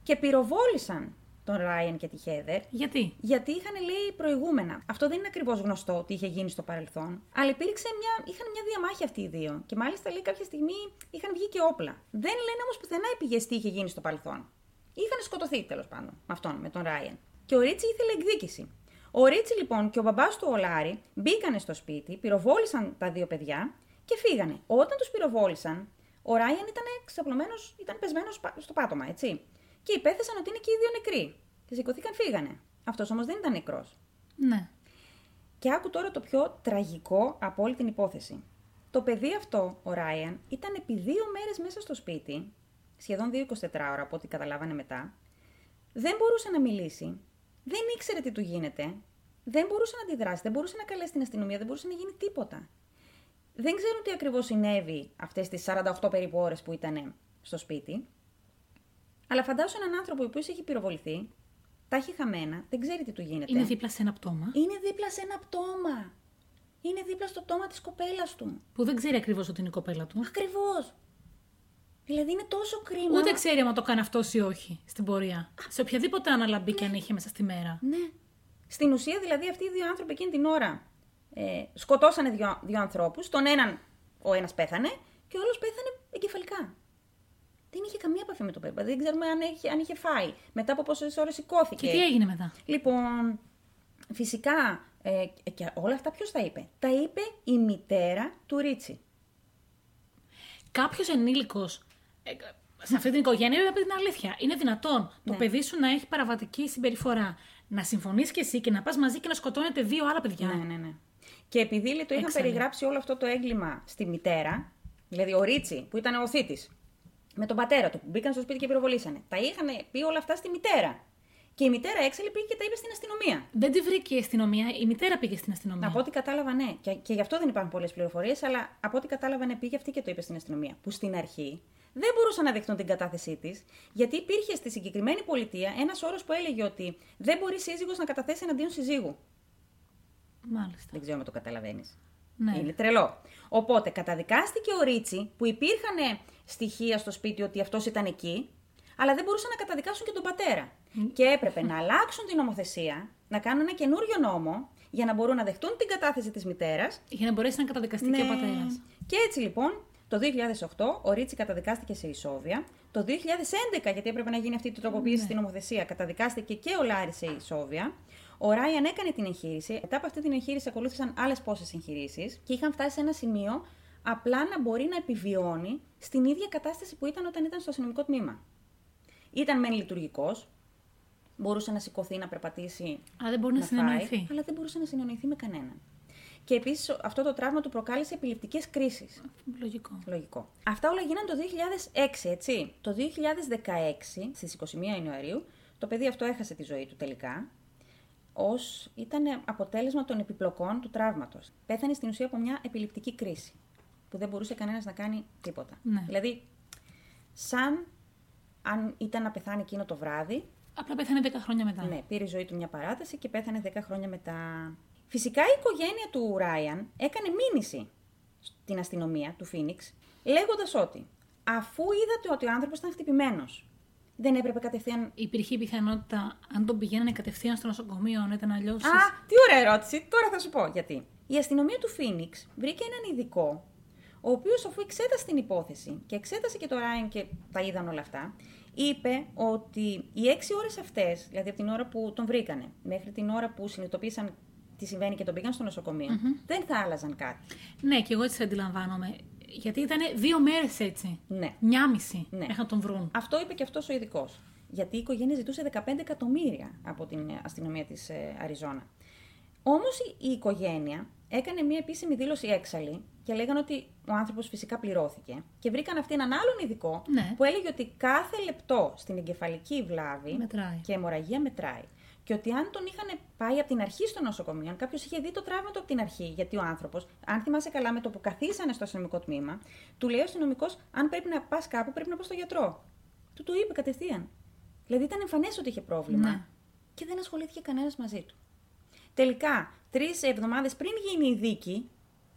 και πυροβόλησαν τον Ράιαν και τη Χέδερ. Γιατί. Γιατί είχαν λέει προηγούμενα. Αυτό δεν είναι ακριβώς γνωστό τι είχε γίνει στο παρελθόν. Αλλά υπήρξε μια. είχαν μια διαμάχη αυτοί οι δύο. Και μάλιστα λέει κάποια στιγμή είχαν βγει και όπλα. Δεν λένε όμως πουθενά οι πηγές τι είχε γίνει στο παρελθόν. Είχαν σκοτωθεί τέλος πάντων με αυτόν, με τον Ράιαν. Και ο Ρίτσι ήθελε εκδίκηση. Ο Ρίτσι λοιπόν και ο μπαμπάς του ο Λάρη μπήκανε στο σπίτι, πυροβόλησαν τα δύο παιδιά και φύγανε. Όταν τους πυροβόλησαν, ο Ράιαν ήταν ξαπλωμένος, ήταν πεσμένος στο πάτωμα, έτσι. Και υπέθεσαν ότι είναι και οι δύο νεκροί. Και σηκωθήκαν, φύγανε. Αυτός όμως δεν ήταν νεκρός. Ναι. Και άκου τώρα το πιο τραγικό από όλη την υπόθεση. Το παιδί αυτό, ο Ράιαν, ήταν επί δύο μέρες μέσα στο σπίτι, σχεδόν 2-24 ώρα από ό,τι καταλάβανε μετά. Δεν μπορούσε να μιλήσει, δεν ήξερε τι του γίνεται, δεν μπορούσε να αντιδράσει, δεν μπορούσε να καλέσει την αστυνομία, δεν μπορούσε να γίνει τίποτα. Δεν ξέρουν τι ακριβώς συνέβη αυτές τις 48 περίπου ώρες που ήταν στο σπίτι. Αλλά φαντάσου έναν άνθρωπο που έχει πυροβοληθεί, τα έχει χαμένα, δεν ξέρει τι του γίνεται. Είναι δίπλα σε ένα πτώμα. Είναι δίπλα σε ένα πτώμα. Είναι δίπλα στο πτώμα της κοπέλας του. Που δεν ξέρει ακριβώς ότι είναι η κοπέλα του. Ακριβώς. Δηλαδή είναι τόσο κρίμα. Ούτε ξέρει αν το κάνει αυτός ή όχι στην πορεία. Σε οποιαδήποτε αναλαμπή και αν είχε μέσα στη μέρα. Ναι. Στην ουσία δηλαδή αυτοί οι δύο άνθρωποι εκείνη την ώρα ε, σκοτώσανε δύο, δύο ανθρώπους, τον έναν ο ένας πέθανε και ο άλλος πέθανε εγκεφαλικά. Δεν είχε καμία επαφή με το παιδί, Δηλαδή, δεν ξέρουμε αν, είχε, αν είχε φάει, μετά από πόσες ώρες σηκώθηκε. Και τι έγινε μετά. Λοιπόν, φυσικά ε, και όλα αυτά ποιος τα είπε. Τα είπε η μητέρα του Ρίτσι. Κάποιος ενήλικος ε, σε αυτή την οικογένεια είπε την αλήθεια. Είναι δυνατόν το Ναι. παιδί σου να έχει παραβατική συμπεριφορά. Να συμφωνείς κι εσύ και να πας μαζί και να σκοτώνετε δύο άλλα παιδιά. Ναι, ναι, ναι. Και επειδή λέει, το είχαν Έξαλλη. περιγράψει όλο αυτό το έγκλημα στη μητέρα, δηλαδή ο Ρίτσι που ήταν ο θήτης, με τον πατέρα του που μπήκαν στο σπίτι και πυροβολήσανε, τα είχαν πει όλα αυτά στη μητέρα. Και η μητέρα έξαλλη πήγε και τα είπε στην αστυνομία. Δεν τη βρήκε η αστυνομία, η μητέρα πήγε στην αστυνομία. Από ό,τι κατάλαβα, ναι. Και, και γι' αυτό δεν υπάρχουν πολλές πληροφορίες, αλλά από ό,τι κατάλαβα, ναι, πήγε αυτή και το είπε στην αστυνομία. Που στην αρχή δεν μπορούσαν να δεχτούν την κατάθεσή της, γιατί υπήρχε στη συγκεκριμένη πολιτεία ένας όρος που έλεγε ότι δεν μπορεί σύζυγος να καταθέσει εναντίον συζύγου. Μάλιστα. Δεν ξέρω αν το καταλαβαίνεις. Ναι. Είναι τρελό. Οπότε καταδικάστηκε ο Ρίτσι που υπήρχαν στοιχεία στο σπίτι ότι αυτός ήταν εκεί, αλλά δεν μπορούσαν να καταδικάσουν και τον πατέρα. Και έπρεπε να αλλάξουν την νομοθεσία, να κάνουν ένα καινούριο νόμο για να μπορούν να δεχτούν την κατάθεση της μητέρας. Για να μπορέσει να καταδικαστεί Ναι. και ο πατέρας. Και έτσι λοιπόν, το 2008 ο Ρίτσι καταδικάστηκε σε ισόβια. Το 2011, γιατί έπρεπε να γίνει αυτή η τροποποίηση στην νομοθεσία, καταδικάστηκε και ο Λάρης σε ισόβια. Ο Ράιαν έκανε την εγχείρηση. Μετά από αυτή την εγχείρηση ακολούθησαν άλλες πόσες εγχειρήσεις και είχαν φτάσει σε ένα σημείο απλά να μπορεί να επιβιώνει στην ίδια κατάσταση που ήταν όταν ήταν στο αστυνομικό τμήμα. Ήταν μεν λειτουργικός, μπορούσε να σηκωθεί, να περπατήσει, Αλλά δεν μπορεί να, να συνεννοηθεί. φάει, αλλά δεν μπορούσε να συνεννοηθεί με κανέναν. Και επίσης αυτό το τραύμα του προκάλεσε επιληπτικές κρίσεις. Λογικό. Λογικό. Αυτά όλα γίνανε το 2006, έτσι. Το 2016, στις 21 Ιανουαρίου, το παιδί αυτό έχασε τη ζωή του τελικά, ως ήταν αποτέλεσμα των επιπλοκών του τραύματος. Πέθανε στην ουσία από μια επιληπτική κρίση, που δεν μπορούσε κανένας να κάνει τίποτα. Ναι. Δηλαδή, σαν αν ήταν να πεθάνει εκείνο το βράδυ, Απλά πέθανε 10 χρόνια μετά. ναι, πήρε η ζωή του μια παράταση και πέθανε 10 χρόνια μετά. Φυσικά η οικογένεια του Ράιαν έκανε μήνυση στην αστυνομία του Φίνιξ, λέγοντας ότι αφού είδατε ότι ο άνθρωπος ήταν χτυπημένος, δεν έπρεπε κατευθείαν. Υπήρχε η πιθανότητα, αν τον πηγαίνανε κατευθείαν στο νοσοκομείο, να ήταν αλλιώς. Α, τι ωραία ερώτηση! Τώρα θα σου πω γιατί. Η αστυνομία του Φίνιξ βρήκε έναν ειδικό, ο οποίος αφού εξέτασε την υπόθεση και εξέτασε και το Ράιαν και τα είδαν όλα αυτά, είπε ότι οι έξι ώρες αυτές, δηλαδή από την ώρα που τον βρήκανε μέχρι την ώρα που συνειδητοποίησαν τι συμβαίνει και τον πήγαν στο νοσοκομειο δεν θα άλλαζαν κάτι. Ναι, και εγώ έτσι αντιλαμβάνομαι. Γιατί ήταν δύο μέρες έτσι. Ναι. Μια μισή. Ναι. Μέχρι να τον βρουν. Αυτό είπε και αυτός ο ειδικός. Γιατί η οικογένεια ζητούσε 15 εκατομμύρια από την ε, αστυνομία της Αριζόνα. Όμως η η οικογένεια έκανε μια επίσημη δήλωση έξαλλη και λέγανε ότι ο άνθρωπος φυσικά πληρώθηκε. Και βρήκαν αυτή έναν άλλον ειδικό Ναι. που έλεγε ότι κάθε λεπτό στην εγκεφαλική βλάβη Μετράει. και αιμορραγία μετράει. Και ότι αν τον είχαν πάει από την αρχή στο νοσοκομείο, αν κάποιος είχε δει το τραύμα του από την αρχή, γιατί ο άνθρωπος, αν θυμάσαι καλά, με το που καθίσανε στο αστυνομικό τμήμα, του λέει ο αστυνομικός: Αν πρέπει να πας κάπου, πρέπει να πα στο γιατρό. Του το είπε κατευθείαν. Δηλαδή ήταν εμφανές ότι είχε πρόβλημα Ναι. και δεν ασχολήθηκε κανένας μαζί του. Τελικά, τρεις εβδομάδες πριν γίνει η δίκη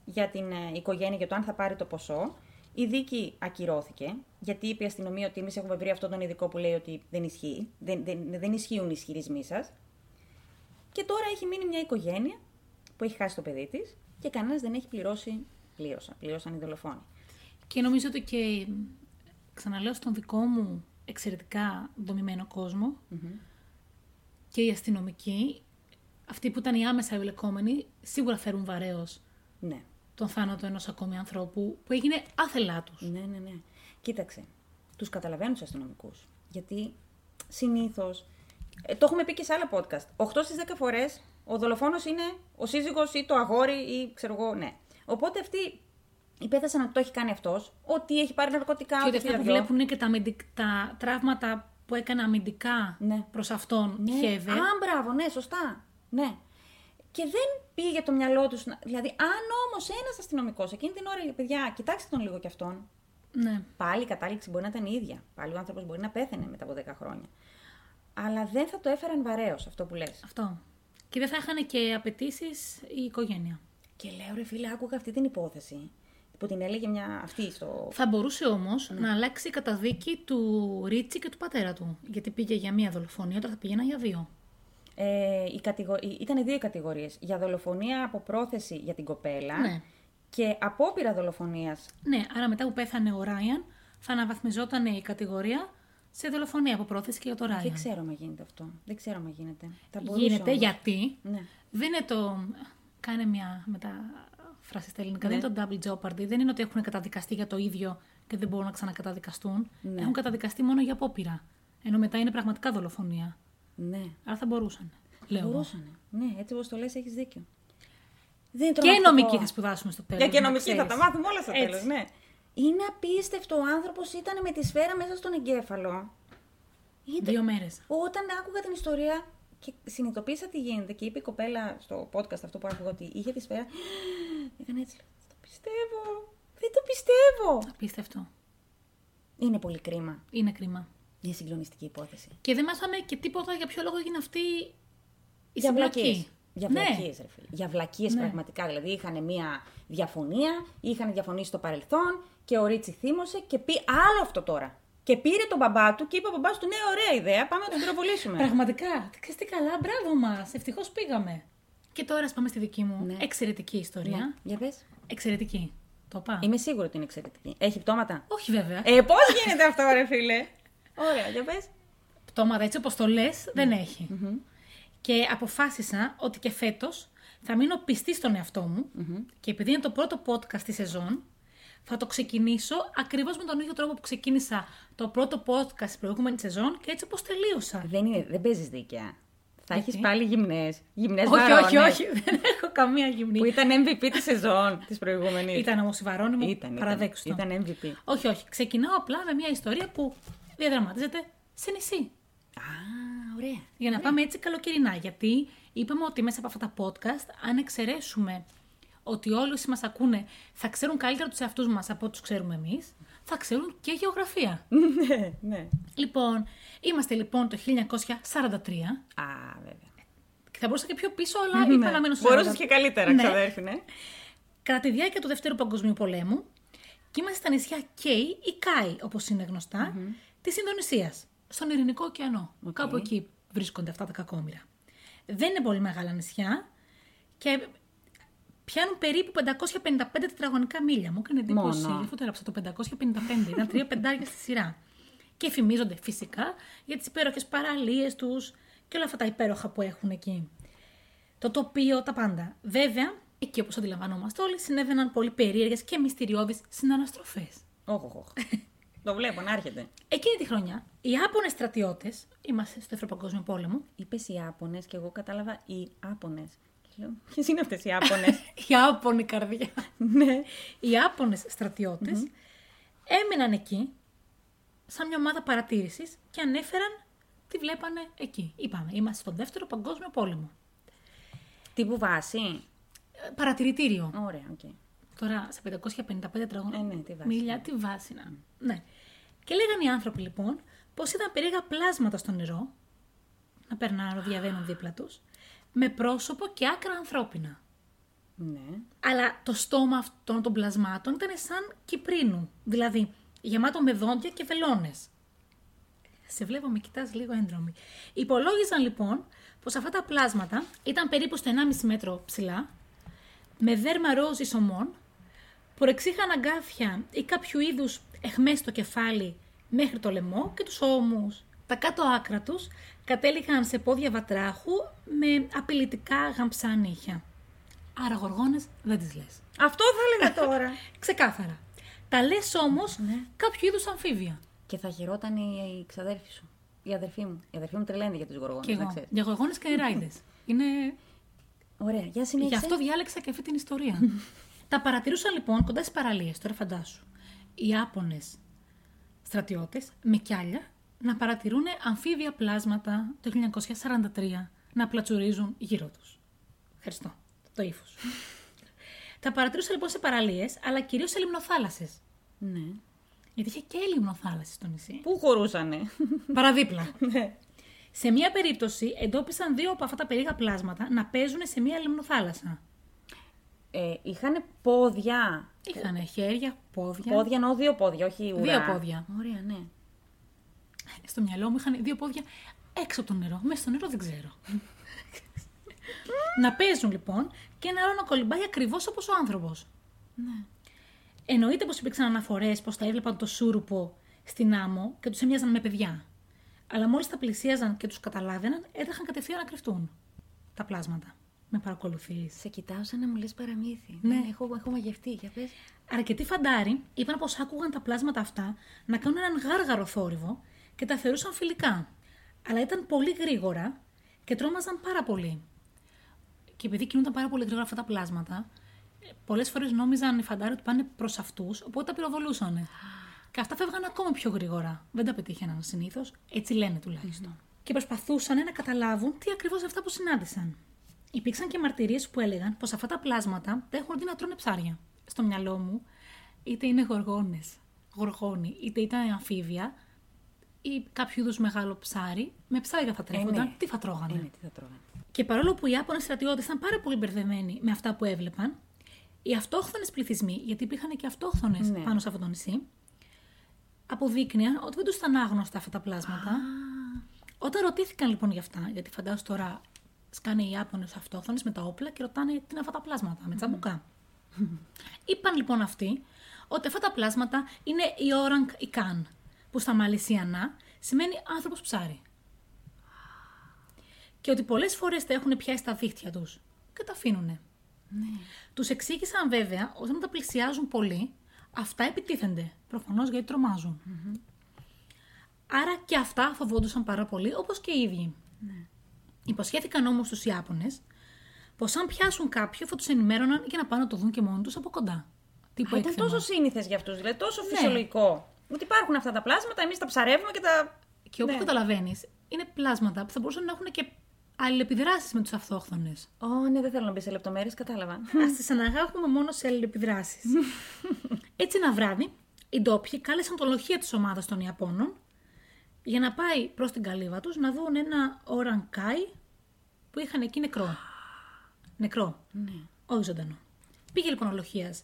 για την ε, οικογένεια, για το αν θα πάρει το ποσό, Η δίκη ακυρώθηκε, γιατί είπε η αστυνομία ότι εμείς έχουμε βρει αυτόν τον ειδικό που λέει ότι δεν ισχύει. Δεν, δεν, δεν ισχύουν οι ισχυρισμοί σας. Και τώρα έχει μείνει μια οικογένεια που έχει χάσει το παιδί της και κανένας δεν έχει πληρώσει. Πλήρωσα, πλήρωσαν οι δολοφόνοι. Και νομίζω ότι και ξαναλέω στον δικό μου εξαιρετικά δομημένο κόσμο, Μμμ. και οι αστυνομικοί, αυτοί που ήταν οι άμεσα εμπλεκόμενοι, σίγουρα φέρουν βαρέως Ναι. τον θάνατο ενός ακόμη ανθρώπου που έγινε άθελά τους. Ναι, ναι, ναι. Κοίταξε. Τους καταλαβαίνω τους αστυνομικούς. Γιατί συνήθως. το έχουμε πει και σε άλλα podcast. 8 στι 10 φορές ο δολοφόνος είναι ο σύζυγος ή το αγόρι ή ξέρω εγώ, ναι. Οπότε αυτοί υπέθεσαν ότι το έχει κάνει αυτός, ότι έχει πάρει ναρκωτικά. Και ότι έχει αυτά που δυο. βλέπουν είναι και τα, αμυντικ- τα τραύματα που έκανε αμυντικά Ναι. προς αυτόν Ναι. χέβε. Α, μπράβο, ναι, σωστά. Ναι. Και δεν πήγε το μυαλό τους. Δηλαδή, αν όμως ένας αστυνομικός εκείνη την ώρα, λέει, παιδιά, κοιτάξτε τον λίγο κι αυτόν, Ναι. Πάλι η κατάληξη μπορεί να ήταν η ίδια. Πάλι ο άνθρωπος μπορεί να πέθαινε μετά από 10 χρόνια. Αλλά δεν θα το έφεραν βαρέως αυτό που λες. Αυτό. Και δεν θα είχαν και απαιτήσεις η οικογένεια. Και λέω ρε φίλε, άκουγα αυτή την υπόθεση που την έλεγε μια αυτή στο. Θα μπορούσε όμως Ναι. να αλλάξει η καταδίκη του Ρίτσι και του πατέρα του. Γιατί πήγε για μία δολοφονία, τώρα θα πήγαινα για δύο. Ε, η κατηγο... η- Ήταν δύο κατηγορίες. Για δολοφονία από πρόθεση για την κοπέλα Ναι. και απόπειρα δολοφονίας. Ναι, άρα μετά που πέθανε ο Ράιαν, θα αναβαθμιζόταν η κατηγορία σε δολοφονία από πρόθεση και για τον Δεν Ράιαν. ξέρω μα γίνεται αυτό. Δεν ξέρω μα γίνεται. Θα μπορούσε Γίνεται όμως. γιατί Ναι. δεν είναι το. Κάνε μια μεταφράση στα ελληνικά. Δεν Ναι. είναι το double jeopardy. Δεν είναι ότι έχουν καταδικαστεί για το ίδιο και δεν μπορούν να ξανακαταδικαστούν. Ναι. Έχουν καταδικαστεί μόνο για απόπειρα. Ενώ μετά είναι πραγματικά δολοφονία. ναι. Άρα θα μπορούσαν. Λέω. εγώ. Μπορούσανε. Ναι, έτσι όπως το λες, έχεις δίκιο. Δεν είναι Και τρομακτικό. νομική θα σπουδάσουμε στο τέλος. Για και νομική θα τα μάθουμε όλα στο Έτσι. τέλο, ναι. Είναι απίστευτο. Ο άνθρωπος ήταν με τη σφαίρα μέσα στον εγκέφαλο. Ήταν... Δύο μέρες. Όταν άκουγα την ιστορία και συνειδητοποίησα τι γίνεται και είπε η κοπέλα στο podcast αυτό που άκουγα ότι είχε τη σφαίρα. Έκανε έτσι. λέω, Δεν το πιστεύω. Δεν το πιστεύω. Απίστευτο. Είναι πολύ κρίμα. Είναι κρίμα. Είναι συγκλονιστική υπόθεση. Και δεν μάθαμε και τίποτα για ποιο λόγο έγινε αυτή η για συμπλοκή. βλακίες. Για Ναι. βλακίες, ρε φίλε. Για βλακίες Ναι. πραγματικά. Δηλαδή είχαν μία διαφωνία, είχαν διαφωνήσει στο παρελθόν και ο Ρίτσι θύμωσε και πει άλλο αυτό τώρα. Και πήρε τον μπαμπά του και είπε ο μπαμπάς του: Ναι, ωραία ιδέα, πάμε να τον Ναι. πυροβολήσουμε. Πραγματικά. Ξέρεις τι καλά, μπράβο μας. Ευτυχώς πήγαμε. Και τώρα ας πάμε στη δική μου Ναι. εξαιρετική ιστορία. Ναι, Για πες. Εξαιρετική. Το είπα. Είμαι σίγουρη ότι είναι εξαιρετική. Έχει πτώματα. Όχι βέβαια. Ε, πώς γίνεται αυτό, ρε φίλε. Ωραία, για πες. Πτώματα έτσι όπως το λες, δεν εχει Και αποφάσισα ότι και φέτος θα μείνω πιστή στον εαυτό μου και επειδή είναι το πρώτο podcast τη σεζόν, θα το ξεκινήσω ακριβώς με τον ίδιο τρόπο που ξεκίνησα το πρώτο podcast τη προηγούμενη σεζόν και έτσι όπως τελείωσα. Δεν, είναι, δεν παίζεις δίκαια. Θα Γιατί? έχει πάλι γυμνές. Γυμνές όχι, όχι, όχι, δεν έχω καμία γυμνή. Ε, Που ήταν MVP της σεζόν της προηγούμενης. Ήταν όμως η βαρόνη μου, Ήταν, παραδέξου το. ήταν, ήταν MVP. Όχι, όχι. Ξεκινάω απλά με μια ιστορία που διαδραματίζεται σε νησί. Α, ωραία. Για να πάμε έτσι καλοκαιρινά, γιατί είπαμε ότι μέσα από αυτά τα podcast, αν εξαιρέσουμε ότι όλοι όσοι μας ακούνε θα ξέρουν καλύτερα τους εαυτούς μας από ό,τι τους ξέρουμε εμείς, θα ξέρουν και γεωγραφία. ναι, ναι. Λοιπόν, είμαστε λοιπόν το 1943 Α, βέβαια. Ναι. και θα μπορούσα και πιο πίσω, αλλά είπα να μένω στο 43. καλύτερα, Ναι. ξαδέρφη, ναι. Κατά τη διάρκεια του Δεύτερου Παγκοσμίου Πολέμου και είμαστε στα νησιά Κέι ή Κάι, όπως είναι γνωστά, της Ινδονησίας, στον Ειρηνικό ωκεανό. Οκ. Κάπου εκεί βρίσκονται αυτά τα κακόμοιρα. Δεν είναι πολύ μεγάλα νησιά και πιάνουν περίπου 555 τετραγωνικά μίλια. Μου έκανε εντύπωση, Μόνο. γι' αυτό το έγραψα το 555, ήταν τρία πεντάρια στη σειρά. Και φημίζονται φυσικά για τις υπέροχες παραλίες τους και όλα αυτά τα υπέροχα που έχουν εκεί το τοπίο, τα πάντα. Βέβαια, εκεί όπως αντιλαμβανόμαστε όλοι, συνέβαιναν πολύ περίεργες και μυστηριώδεις συναναστροφές. Όχο, Το βλέπω, να έρχεται. Εκείνη τη χρονιά, οι Ιάπωνε στρατιώτες, είμαστε στο Δεύτερο Παγκόσμιο Πόλεμο, Είπες οι Άπωνες και εγώ κατάλαβα οι Άπωνες. Και λέω, ποιες είναι αυτές οι Άπωνε. οι Άπωνοι καρδιά, ναι. οι Ιάπωνε στρατιώτε έμειναν εκεί σαν μια ομάδα παρατήρησης και ανέφεραν τι βλέπανε εκεί. Είπαμε, είμαστε στο Δεύτερο Παγκόσμιο Πόλεμο. Τύπου βάση. Ε, Παρατηρητήριο. Ωραία, οκ. Τώρα σε 555 τετραγωνικά Ε, ναι, τη βάση. μίλια, τη βάση να. Ναι. Και λέγανε οι άνθρωποι λοιπόν πως ήταν περίεργα πλάσματα στο νερό, να περνάνε, να διαβαίνουν δίπλα τους, με πρόσωπο και άκρα ανθρώπινα. Ναι. Αλλά το στόμα αυτών των πλασμάτων ήταν σαν κυπρίνου. Δηλαδή, γεμάτο με δόντια και βελόνες. Σε βλέπω, με κοιτάς λίγο έντρομη. Υπολόγιζαν λοιπόν πως αυτά τα πλάσματα ήταν περίπου στο 1,5 μέτρο ψηλά, με δέρμα ροζ ισομών, προεξήχαν αγκάθια ή κάποιο είδους εχμές στο κεφάλι μέχρι το λαιμό και τους ώμους. Τα κάτω άκρα τους κατέληγαν σε πόδια βατράχου με απειλητικά γαμψά νύχια. Άρα γοργόνες δεν τις λες. Αυτό θα έλεγα τώρα. Ξεκάθαρα. Τα λες όμως κάποιο είδους αμφίβια. και θα χαιρόταν η, η ξαδέρφη σου. Η αδερφή μου. Η αδερφή μου τρελαίνει για τους γοργόνες. Και εγώ. Για γοργόνες και ράιδες. Είναι Ωραία, για Γι' συνέχισε. αυτό διάλεξα και αυτή την ιστορία. τα παρατηρούσαν λοιπόν κοντά στις παραλίες, τώρα φαντάσου. Οι Άπωνες στρατιώτες με κιάλια να παρατηρούν αμφίβια πλάσματα το 1943 να πλατσουρίζουν γύρω τους. Ευχαριστώ. Το ύφος. τα παρατηρούσαν λοιπόν σε παραλίες, αλλά κυρίως σε λιμνοθάλασσες. Ναι. Γιατί είχε και λιμνοθάλασσες στο νησί. Πού χωρούσανε. Παραδίπλα. ναι. σε μία περίπτωση εντόπισαν δύο από αυτά τα περίεργα πλάσματα να παίζουν σε μία λιμνοθάλασσα. Ε, είχαν πόδια. Είχαν χέρια, πόδια. Ε. Πόδια εννοώ δύο πόδια, όχι ουρά. Δύο πόδια. Ωραία, ναι. Στο μυαλό μου είχαν δύο πόδια έξω από το νερό. Μέσα στο νερό δεν ξέρω. να παίζουν λοιπόν και ένα άλλο να κολυμπάει ακριβώς όπως ο άνθρωπος. Ναι. Εννοείται πως υπήρξαν αναφορές πως τα έβλεπαν το σούρουπο στην άμμο και τους έμοιαζαν με παιδιά. Αλλά μόλις τα πλησίαζαν και τους καταλάβαιναν, έτρεχαν κατευθείαν να κρυφτούν. Τα πλάσματα. Με παρακολουθείς. Σε κοιτάω σαν να μου λες παραμύθι. Ναι. Έχω, έχω μαγευτεί. Για πες. Αρκετοί φαντάροι είπαν πως άκουγαν τα πλάσματα αυτά να κάνουν έναν γάργαρο θόρυβο και τα θεωρούσαν φιλικά. Αλλά ήταν πολύ γρήγορα και τρόμαζαν πάρα πολύ. Και επειδή κινούνταν πάρα πολύ γρήγορα αυτά τα πλάσματα, πολλές φορές νόμιζαν οι φαντάροι ότι πάνε προς αυτούς, οπότε τα πυροβολούσαν. Και αυτά φεύγαν ακόμα πιο γρήγορα. Δεν τα πετύχαιναν συνήθως, έτσι λένε τουλάχιστον. Και προσπαθούσαν να καταλάβουν τι ακριβώς αυτά που συνάντησαν. Υπήρξαν και μαρτυρίες που έλεγαν πως αυτά τα πλάσματα τα έχουν δει να τρώνε ψάρια. Στο μυαλό μου, είτε είναι γοργόνες, γοργόνοι, είτε ήταν αμφίβια ή κάποιο είδους μεγάλο ψάρι. Με ψάρια θα τρέφονταν, ναι. τι θα τρώγανε. Ε, ναι, τι θα τρώγανε. Και παρόλο που οι Άπωνε στρατιώτες ήταν πάρα πολύ μπερδεμένοι με αυτά που έβλεπαν, οι αυτόχθονες πληθυσμοί, γιατί υπήρχαν και αυτόχθονες Ναι. πάνω σε αυτό το νησί, αποδείκνυαν ότι δεν τους ήταν άγνωστα αυτά τα πλάσματα. Όταν ρωτήθηκαν λοιπόν για αυτά, γιατί φαντάζομαι τώρα σκάνε οι Άπωνε αυτόχθονες με τα όπλα και ρωτάνε τι είναι αυτά τα πλάσματα, με τσαμπουκά. Είπαν λοιπόν αυτοί ότι αυτά τα πλάσματα είναι η Orang Ikan, που στα Μαλαισιανά σημαίνει άνθρωπος ψάρι. Και ότι πολλές φορές τα έχουν πιάσει τα δίχτυα τους και τα αφήνουν. Ναι. Τους εξήγησαν βέβαια όταν τα πλησιάζουν πολύ, αυτά επιτίθενται. Προφανώς γιατί τρομάζουν. Mm-hmm. Άρα και αυτά φοβόντουσαν πάρα πολύ, όπως και οι ίδιοι. Ναι. Υποσχέθηκαν όμως του Ιάπωνες πως αν πιάσουν κάποιο θα τους ενημέρωναν για να πάνε να το δουν και μόνοι τους από κοντά. Τύπου Α, ήταν έκθεμα. τόσο σύνηθες για αυτούς, δηλαδή Ναι. τόσο φυσιολογικό. Ότι υπάρχουν αυτά τα πλάσματα, εμείς τα ψαρεύουμε και τα. Και όπω Ναι. καταλαβαίνεις, είναι πλάσματα που θα μπορούσαν να έχουν και αλληλεπιδράσεις με τους αυτόχθονε. Ω, ναι, δεν θέλω να μπει σε λεπτομέρειες, κατάλαβα. Ας τις αναγάγουμε μόνο σε αλληλεπιδράσεις. Έτσι ένα βράδυ, οι ντόπιοι κάλεσαν το λοχεία της ομάδας των Ιαπώνων για να πάει προς την καλύβα τους να δουν ένα ορανκάι που είχαν εκεί νεκρό. Νεκρό. Όχι ζωντανό. Πήγε λοιπόν ο λοχείας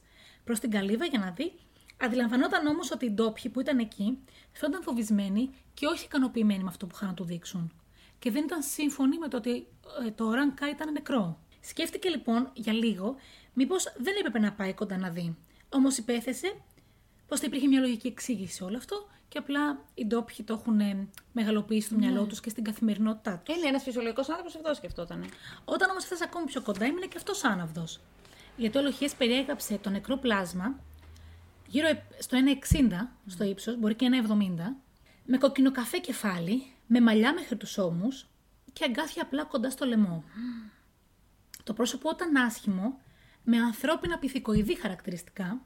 προς την καλύβα για να δει. Αντιλαμβανόταν όμως ότι οι ντόπιοι που ήταν εκεί φαίνονταν φοβισμένοι και όχι ικανοποιημένοι με αυτό που είχαν να του δείξουν. Και δεν ήταν σύμφωνοι με το ότι ε, το Ρανκά ήταν νεκρό. Σκέφτηκε λοιπόν για λίγο μήπως δεν έπρεπε να πάει κοντά να δει. Όμως υπέθεσε πως θα υπήρχε μια λογική εξήγηση σε όλο αυτό και απλά οι ντόπιοι το έχουν ε, μεγαλοποιήσει στο μυαλό τους και στην καθημερινότητά τους. Ε, ναι, ένας φυσιολογικός άνθρωπος αυτό σκεφτόταν. Όταν όμως έφτασε ακόμη πιο κοντά, έμεινε και αυτός άναυδος. Γιατί ο Λοχιέ περιέγραψε το νεκρό πλάσμα γύρω ε- στο 1,60 στο ύψος, μπορεί και 1,70, με κοκκινοκαφέ κεφάλι, με μαλλιά μέχρι τους ώμους και αγκάθια απλά κοντά στο λαιμό. Το πρόσωπο ήταν άσχημο, με ανθρώπινα πυθικοειδή χαρακτηριστικά,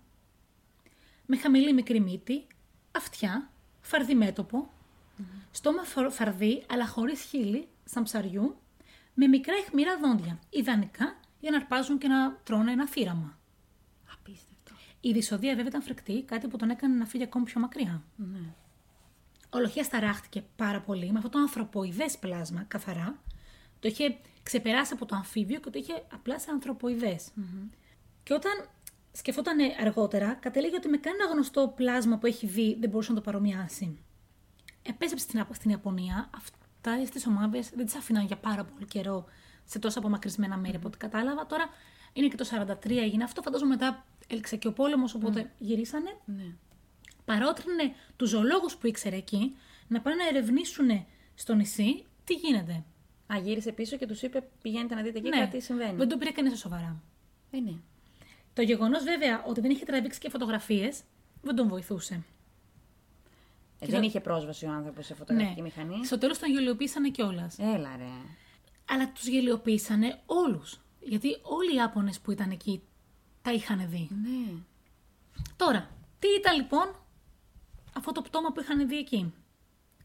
με χαμηλή μικρή μύτη, αυτιά, φαρδί μέτωπο, στόμα φο- φαρδί αλλά χωρίς χείλη, σαν ψαριού, με μικρά αιχμηρά δόντια, ιδανικά για να αρπάζουν και να τρώνε ένα θύραμα. Απίστευτο. Η δυσοδεία βέβαια ήταν φρικτή, κάτι που τον έκανε να φύγει ακόμη πιο μακριά. Ναι. Ο Λοχιάς ταράχτηκε πάρα πολύ με αυτό το ανθρωποειδές πλάσμα καθαρά, Το είχε ξεπεράσει από το αμφίβιο και το είχε απλά σε ανθρωποειδες Και όταν σκεφτόταν αργότερα, κατέληγε ότι με κανένα γνωστό πλάσμα που έχει δει δεν μπορούσε να το παρομοιάσει. Επέστρεψε στην, στην Ιαπωνία. Αυτά τις ομάδες δεν τις άφηναν για πάρα πολύ καιρό σε τόσα απομακρυσμένα μέρη, από ό,τι κατάλαβα. Τώρα είναι και το 43 έγινε αυτό. Φαντάζομαι μετά έλξε και ο πόλεμος, οπότε γυρίσανε. Ναι. Παρότρινε τους ζωολόγους που ήξερε εκεί να πάνε να ερευνήσουν στο νησί τι γίνεται. Α, γύρισε πίσω και τους είπε: Πηγαίνετε να δείτε εκεί, Ναι. κάτι συμβαίνει. Δεν το πήρε κανείς σοβαρά. Ε, ναι. Το γεγονός βέβαια ότι δεν είχε τραβήξει και φωτογραφίες δεν τον βοηθούσε. Ε, Και δεν το- είχε πρόσβαση ο άνθρωπος σε φωτογραφική μηχανή. Ναι. Στο τέλος τον γελιοποίησανε κιόλας. Έλα ρε. Αλλά τους γελιοποίησανε όλους. Γιατί όλοι οι Άπωνες που ήταν εκεί τα είχαν δει. Ναι. Τώρα, τι ήταν λοιπόν αυτό το πτώμα που είχαν δει εκεί.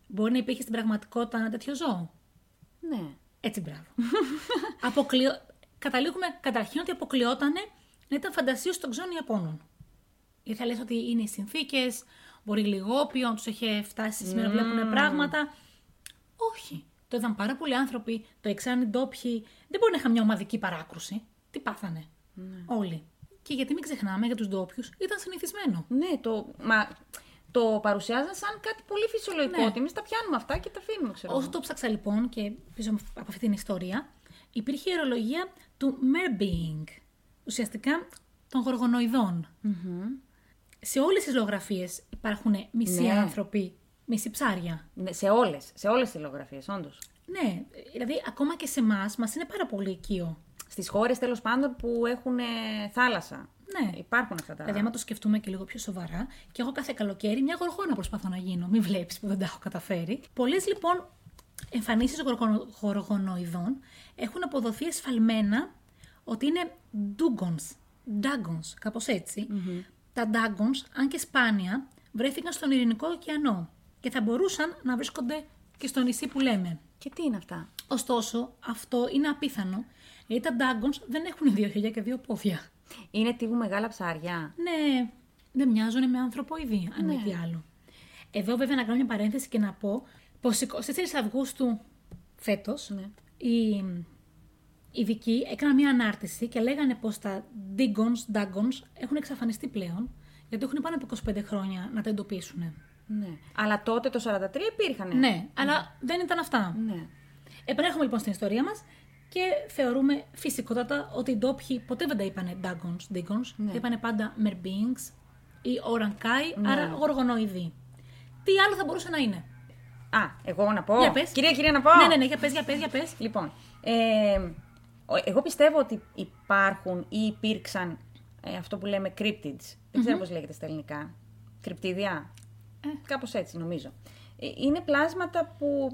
Μπορεί να υπήρχε στην πραγματικότητα ένα τέτοιο ζώο. Ναι. Έτσι, μπράβο. Αποκλειω... Καταλήγουμε καταρχήν ότι αποκλειότανε να ήταν φαντασίως των ξένων Ιαπώνων. Γιατί θα λες ότι είναι οι συνθήκες, μπορεί λιγόπιο, του είχε φτάσει σε σημείο να βλέπουν πράγματα. Όχι. Το είδαν πάρα πολλοί άνθρωποι, το ήξεραν οι ντόπιοι. Δεν μπορεί να είχαν μια ομαδική παράκρουση. Τι πάθανε. Όλοι. Και γιατί μην ξεχνάμε για τους ντόπιους, ήταν συνηθισμένο. Ναι, το, μα, το παρουσιάζαν σαν κάτι πολύ φυσιολογικό. Ναι. Ότι εμείς τα πιάνουμε αυτά και τα αφήνουμε, ξέρω. Όσο το ψάξα λοιπόν και πίσω από αυτή την ιστορία, υπήρχε η ορολογία του Merbeing, ουσιαστικά των γοργονοειδων Σε όλες τις ζωγραφίες υπάρχουν μισοί Ναι. άνθρωποι, μισοί ψάρια. Ναι, σε όλες σε όλες τις λογογραφίες, όντως. Ναι, δηλαδή ακόμα και σε εμάς μας είναι πάρα πολύ οικείο. Στις χώρες τέλος πάντων που έχουν ε, θάλασσα. Ναι. Υπάρχουν αυτά τα. Δηλαδή, άμα το σκεφτούμε και λίγο πιο σοβαρά, και εγώ κάθε καλοκαίρι μια γοργόνα προσπαθώ να γίνω. Μην βλέπεις που δεν τα έχω καταφέρει. Πολλές λοιπόν εμφανίσεις γοργονοειδών έχουν αποδοθεί εσφαλμένα ότι είναι ντούγκονς, ντάγκονς, κάπως έτσι. Τα ντάγκονς, αν και σπάνια, βρέθηκαν στον Ειρηνικό ωκεανό και θα μπορούσαν να βρίσκονται και στο νησί που λέμε. Και τι είναι αυτά. Ωστόσο, αυτό είναι απίθανο, γιατί τα ντάγκονς δεν έχουν δύο χέρια και δύο πόδια. Είναι τύπου μεγάλα ψάρια. Ναι, δεν μοιάζουν με ανθρωποειδή, αν Ναι. μη τι άλλο. Εδώ βέβαια να κάνω μια παρένθεση και να πω πως 24 Αυγούστου φέτος Ναι. οι ειδικοί έκαναν μια ανάρτηση και λέγανε πως τα Diggons, Daggons έχουν εξαφανιστεί πλέον γιατί έχουν πάνω από 25 χρόνια να τα εντοπίσουν. Ναι. Αλλά τότε το 43 υπήρχαν. Ναι, αλλά δεν ήταν αυτά. Ναι. Επανέρχομαι λοιπόν στην ιστορία μας και θεωρούμε φυσικότατα ότι οι ντόπιοι ποτέ δεν τα είπανε Dagons, Digons, Ναι. Ναι. τα είπανε πάντα Merbings ή Ορανκάι, άρα γοργονοειδή. Τι άλλο θα μπορούσε να είναι. Α, εγώ να πω. Για πες. Κυρία, κυρία, να πω. Ναι, ναι, ναι, για πες, για πες, για πες. Λοιπόν, ε, ο- εγώ πιστεύω ότι υπάρχουν ή υπήρξαν ε, αυτό που λέμε cryptids. Δεν ξέρω πώς λέγεται στα ελληνικά. Κρυπτίδια. Κάπως έτσι νομίζω. Ε, Είναι πλάσματα που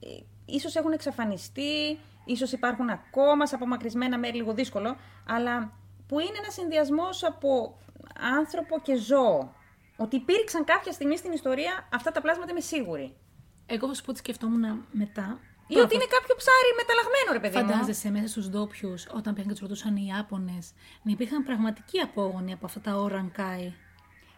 ε, ίσως έχουν εξαφανιστεί, ίσως υπάρχουν ακόμα σε απομακρυσμένα μέρη, λίγο δύσκολο, αλλά που είναι ένας συνδυασμός από άνθρωπο και ζώο. Ότι υπήρξαν κάποια στιγμή στην ιστορία αυτά τα πλάσματα είμαι σίγουρη. Εγώ θα σου πω τι σκεφτόμουν μετά. Ή ότι είναι κάποιο ψάρι μεταλλαγμένο, ρε παιδί μου. Φαντάζεσαι μέσα στους ντόπιους, όταν πήγαν και τους ρωτούσαν οι Ιάπωνες, να υπήρχαν πραγματικοί απόγονοι από αυτά τα Ορανκάι.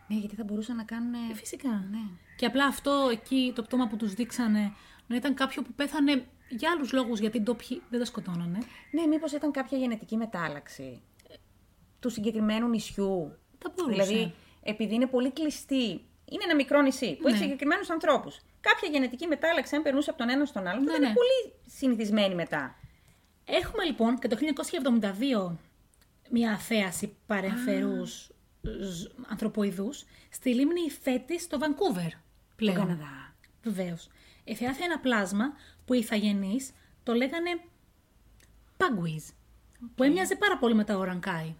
Ναι, γιατί θα μπορούσαν να κάνουν. Ε, Φυσικά. Ναι. Και απλά αυτό εκεί το πτώμα που τους δείξανε να ήταν κάποιο που πέθανε για άλλους λόγους, γιατί οι ντόπιοι δεν τα σκοτώνανε. Ναι, μήπως ήταν κάποια γενετική μετάλλαξη του συγκεκριμένου νησιού. Θα μπορούσε. Δηλαδή, επειδή είναι πολύ κλειστή. Είναι ένα μικρό νησί που έχει Ναι. συγκεκριμένους ανθρώπους. Κάποια γενετική μετάλλαξη, αν περνούσε από τον ένα στον άλλον, θα Ναι, ήταν ναι. πολύ συνηθισμένη μετά. Έχουμε λοιπόν και το 1972 μια αθέαση παρεμφερούς ζ- ανθρωποειδούς στη λίμνη Ιθέτης στο Βανκούβερ πλέον. Στον Καναδά. Βεβαίως. Εφεάθε ένα πλάσμα που οι ηθαγενείς το λέγανε Pugwies, που έμοιαζε πάρα πολύ με τα ορανκάι.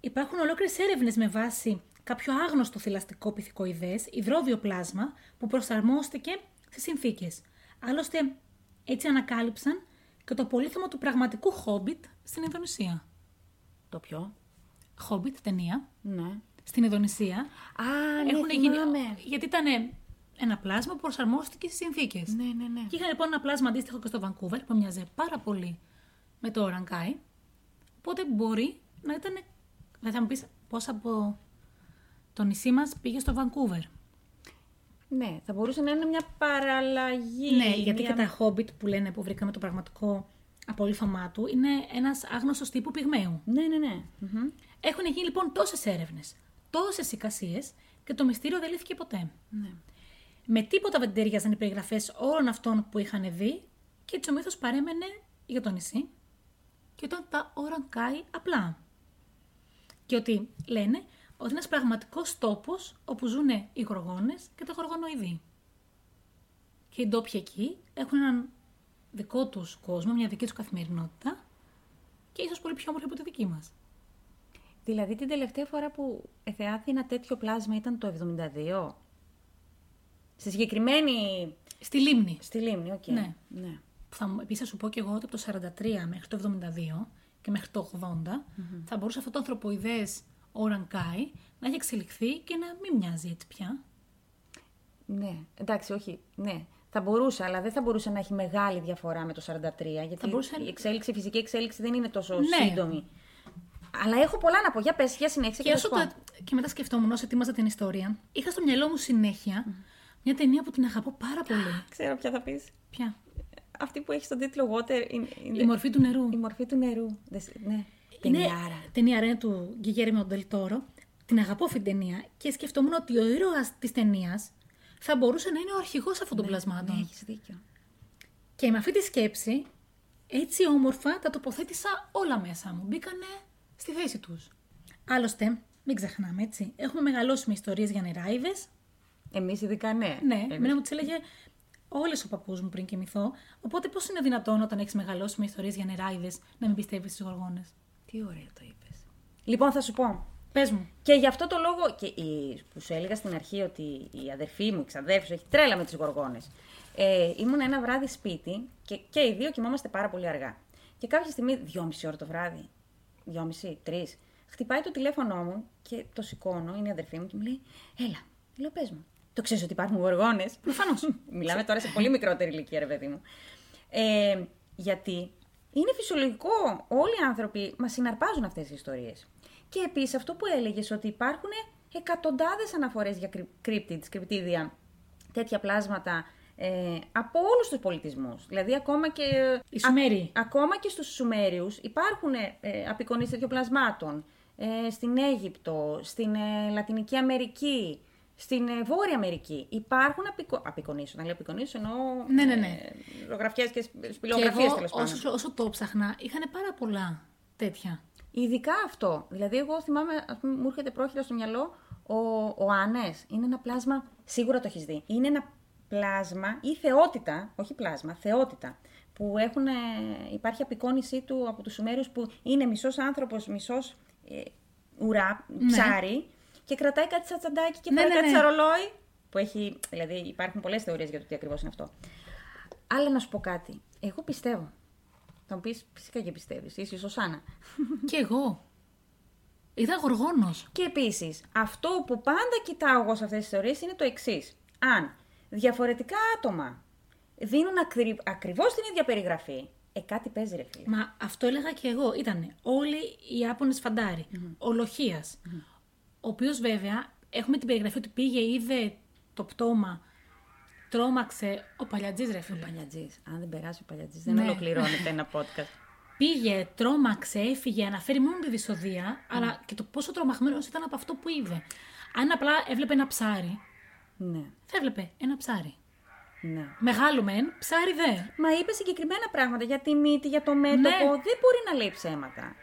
Υπάρχουν ολόκληρες έρευνες με βάση κάποιο άγνωστο θηλαστικό πυθικοειδές, υδρόβιο πλάσμα, που προσαρμόστηκε σε συνθήκες. Άλλωστε, έτσι ανακάλυψαν και το πολύθωμα του πραγματικού Χόμπιτ στην Ινδονησία. Το πιο. Χόμπιτ, ταινία, Ναι. στην Ινδονησία. Α, Έχουνε ναι, γίνει- θυμάμαι. Γιατί ήταν ένα πλάσμα που προσαρμόστηκε στις συνθήκες. Ναι, ναι, ναι. Και είχαν λοιπόν ένα πλάσμα αντίστοιχο και στο Vancouver που μοιάζε πάρα πολύ με το Ορανκάι. Οπότε μπορεί να ήταν. Δεν θα μου πεις πώς από το νησί μας πήγε στο Vancouver. Ναι, θα μπορούσε να είναι μια παραλλαγή. Ναι, γιατί μια... και τα Hobbit που λένε που βρήκαμε το πραγματικό απολύφωμά του είναι ένας άγνωστος τύπου πυγμαίου. Ναι, ναι, ναι. Μμμ. Έχουν γίνει λοιπόν τόσες έρευνες, τόσες εικασίες και το μυστήριο δεν λύθηκε ποτέ. ναι. Με τίποτα δεν ταιριάζαν οι περιγραφές όλων αυτών που είχαν δει και έτσι ο μύθος παρέμενε για το νησί και ήταν τα ορανκάι απλά. Και ότι λένε ότι είναι ένας πραγματικός τόπος όπου ζουν οι γοργόνες και τα γοργονοειδή. Και οι ντόπιοι εκεί έχουν έναν δικό τους κόσμο, μια δική τους καθημερινότητα και ίσως πολύ πιο όμορφη από τη δική μας. Δηλαδή την τελευταία φορά που εθεάθη ένα τέτοιο πλάσμα ήταν το 72. Στη συγκεκριμένη. Στη λίμνη. Στη λίμνη, οκ. Ναι. ναι. που θα μου επίσης σου πω και εγώ ότι από το 43 μέχρι το 72 και μέχρι το 80 θα μπορούσε αυτό το ανθρωποειδέ ορανκάι να έχει εξελιχθεί και να μην μοιάζει έτσι πια. Ναι. Εντάξει, όχι. Ναι. Θα μπορούσε, αλλά δεν θα μπορούσε να έχει μεγάλη διαφορά με το 43. Γιατί Θα μπορούσε- η, εξέλιξη, η φυσική εξέλιξη δεν είναι τόσο Ναι. σύντομη. Αλλά έχω πολλά να πω. Για πες, για συνέχισε και, Και, θα όσο σου πω. το... και μετά σκεφτόμουν όσο ετοίμαζα την ιστορία, είχα στο μυαλό μου συνέχεια μια ταινία που την αγαπώ πάρα πολύ. Ξέρω ποια θα πεις. Πια. Αυτή που έχει τον τίτλο Water είναι, Η μορφή του νερού. Ναι. η μορφή του νερού. Δε- Ναι. Είναι Ταινιάρα. ταινία ρε του Γκυγέρμιο Ντελτόρο. Την αγαπώ αυτή την ταινία και σκεφτόμουν ότι ο ήρωας της ταινίας θα μπορούσε να είναι ο αρχηγός αυτών των πλασμάτων. Ναι, έχεις δίκιο. Και με αυτή τη σκέψη, έτσι όμορφα τα τοποθέτησα όλα μέσα μου. Μπήκανε στη θέση τους. Άλλωστε, μην ξεχνάμε έτσι, έχουμε μεγαλώσει με ιστορίες για νεράιδες. Εμείς ειδικά ναι. Ναι, Εμείς. εμένα μου τις έλεγε όλες ο παππούς μου πριν κοιμηθώ. Οπότε πώς είναι δυνατόν όταν έχεις μεγαλώσει με ιστορίες για νεράιδες να μην πιστεύεις στις γοργόνες. Τι ωραία το είπες. Λοιπόν, θα σου πω. Πες μου. Και γι' αυτό το λόγο και η, που σου έλεγα στην αρχή ότι η αδερφή μου, η ξαδέρφη έχει τρέλα με τις γοργόνες. Ε, ήμουν ένα βράδυ σπίτι και, και οι δύο κοιμόμαστε πάρα πολύ αργά. Και κάποια στιγμή, δυόμιση ώρα το βράδυ, δυόμιση, τρεις, χτυπάει το τηλέφωνό μου και το σηκώνω, είναι η αδερφή μου και μου λέει «Έλα, λέω πες μου, το ξέρεις ότι υπάρχουν γοργόνες» Προφανώς. Μιλάμε τώρα σε πολύ μικρότερη ηλικία, ρε παιδί μου. Ε, γιατί είναι φυσιολογικό. Όλοι οι άνθρωποι μας συναρπάζουν αυτές οι ιστορίες. Και επίσης αυτό που έλεγες ότι υπάρχουν εκατοντάδες αναφορές για κρυ- cryptids, κρυπτίδια, τέτοια πλάσματα ε, από όλους τους πολιτισμούς. Δηλαδή ακόμα και. Οι Σουμέροι. Α- ακόμα και στους Σουμέριους υπάρχουν ε, απεικονίσεις τέτοιων πλασμάτων. Ε, στην Αίγυπτο, στην ε, Λατινική Αμερική, στην ε, Βόρεια Αμερική. Υπάρχουν απεικο... απεικονίσει. Όταν λέω απεικονίσεις, εννοώ. Ναι, ναι, ναι. Ε, ζωγραφιές και σπ- Και σπηλογραφίες εγώ τέλος πάντων. όσο, όσο το ψάχνα, είχαν πάρα πολλά τέτοια. Ειδικά αυτό. Δηλαδή, εγώ θυμάμαι, ας πούμε, μου έρχεται πρόχειρα στο μυαλό ο, ο Ανέ. Είναι ένα πλάσμα, σίγουρα το έχεις δει. Είναι ένα πλάσμα ή θεότητα, όχι πλάσμα, θεότητα. Που έχουν, ε, υπάρχει απεικόνισή του από τους Σουμέριους που είναι μισός άνθρωπος, μισός ε, ουρά, ψάρι και κρατάει κάτι σαν τσαντάκι και Ναι, πάει ναι, κάτι ναι. σαν ρολόι. Που έχει, δηλαδή, υπάρχουν πολλές θεωρίες για το τι ακριβώς είναι αυτό. Αλλά να σου πω κάτι. Εγώ πιστεύω. Θα μου πεις, φυσικά και πιστεύεις. Είσαι η Σωσάνα. και εγώ. Είδα γοργόνος. Και επίσης, αυτό που πάντα κοιτάω εγώ σε αυτές τις ιστορίε είναι το εξής. Αν διαφορετικά άτομα δίνουν ακρι... ακριβώς την ίδια περιγραφή, ε, κάτι παίζει, ρε φίλε. Μα αυτό έλεγα και εγώ. Ήταν όλοι οι Ιάπωνε φαντάροι. Ο Λοχία. Ο οποίος βέβαια έχουμε την περιγραφή ότι πήγε, είδε το πτώμα, τρόμαξε. Ο παλιατζής ρε φίλε. Παλιατζής. Αν δεν περάσει ο παλιατζής, δεν Ναι. ολοκληρώνεται ένα podcast. Πήγε, τρόμαξε, έφυγε, αναφέρει μόνο τη δυσοδεία, αλλά και το πόσο τρομαγμένος ήταν από αυτό που είδε. Αν απλά έβλεπε ένα ψάρι, ναι, θα έβλεπε ένα ψάρι. ναι. Μεγάλο μεν, ψάρι δε. Μα είπε συγκεκριμένα πράγματα για τη μύτη, για το μέτωπο. Ναι. Δεν μπορεί να λέει ψέματα.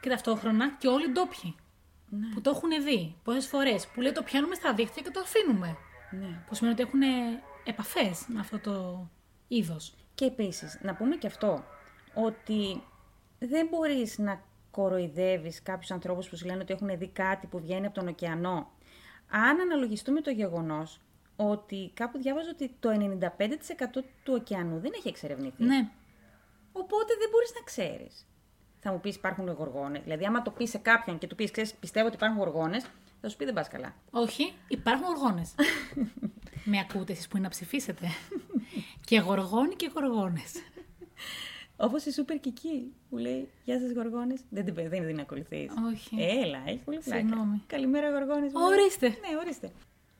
Και ταυτόχρονα και όλοι ντόπιοι. Ναι. Που το έχουν δει πόσε φορές. Που λέει το πιάνουμε στα δίχτυα και το αφήνουμε. Ναι. Που σημαίνει ότι έχουν επαφές με αυτό το είδος. Και επίσης, να πούμε και αυτό, ότι δεν μπορείς να κοροϊδεύεις κάποιους ανθρώπους που σου λένε ότι έχουν δει κάτι που βγαίνει από τον ωκεανό. Αν αναλογιστούμε το γεγονός ότι κάπου διάβαζα ότι το 95% του ωκεανού δεν έχει εξερευνηθεί. Ναι. Οπότε δεν μπορείς να ξέρεις. Θα μου πεις υπάρχουν γοργόνες. Δηλαδή άμα το πεις σε κάποιον και του πεις ξέρεις πιστεύω ότι υπάρχουν γοργόνες, θα σου πει δεν πας καλά. Όχι, υπάρχουν γοργόνες. με ακούτε εσείς που είναι να ψηφίσετε. και γοργόνοι και γοργόνες. Όπως η Σούπερ Κική που λέει «Γεια σας γοργόνες». Δεν, την- δεν την ακολουθείς. Όχι. Έλα, έχει πολύ πλάκα. Συγγνώμη. Καλημέρα γοργόνες. μου λέει. Ορίστε. Ναι, ορίστε.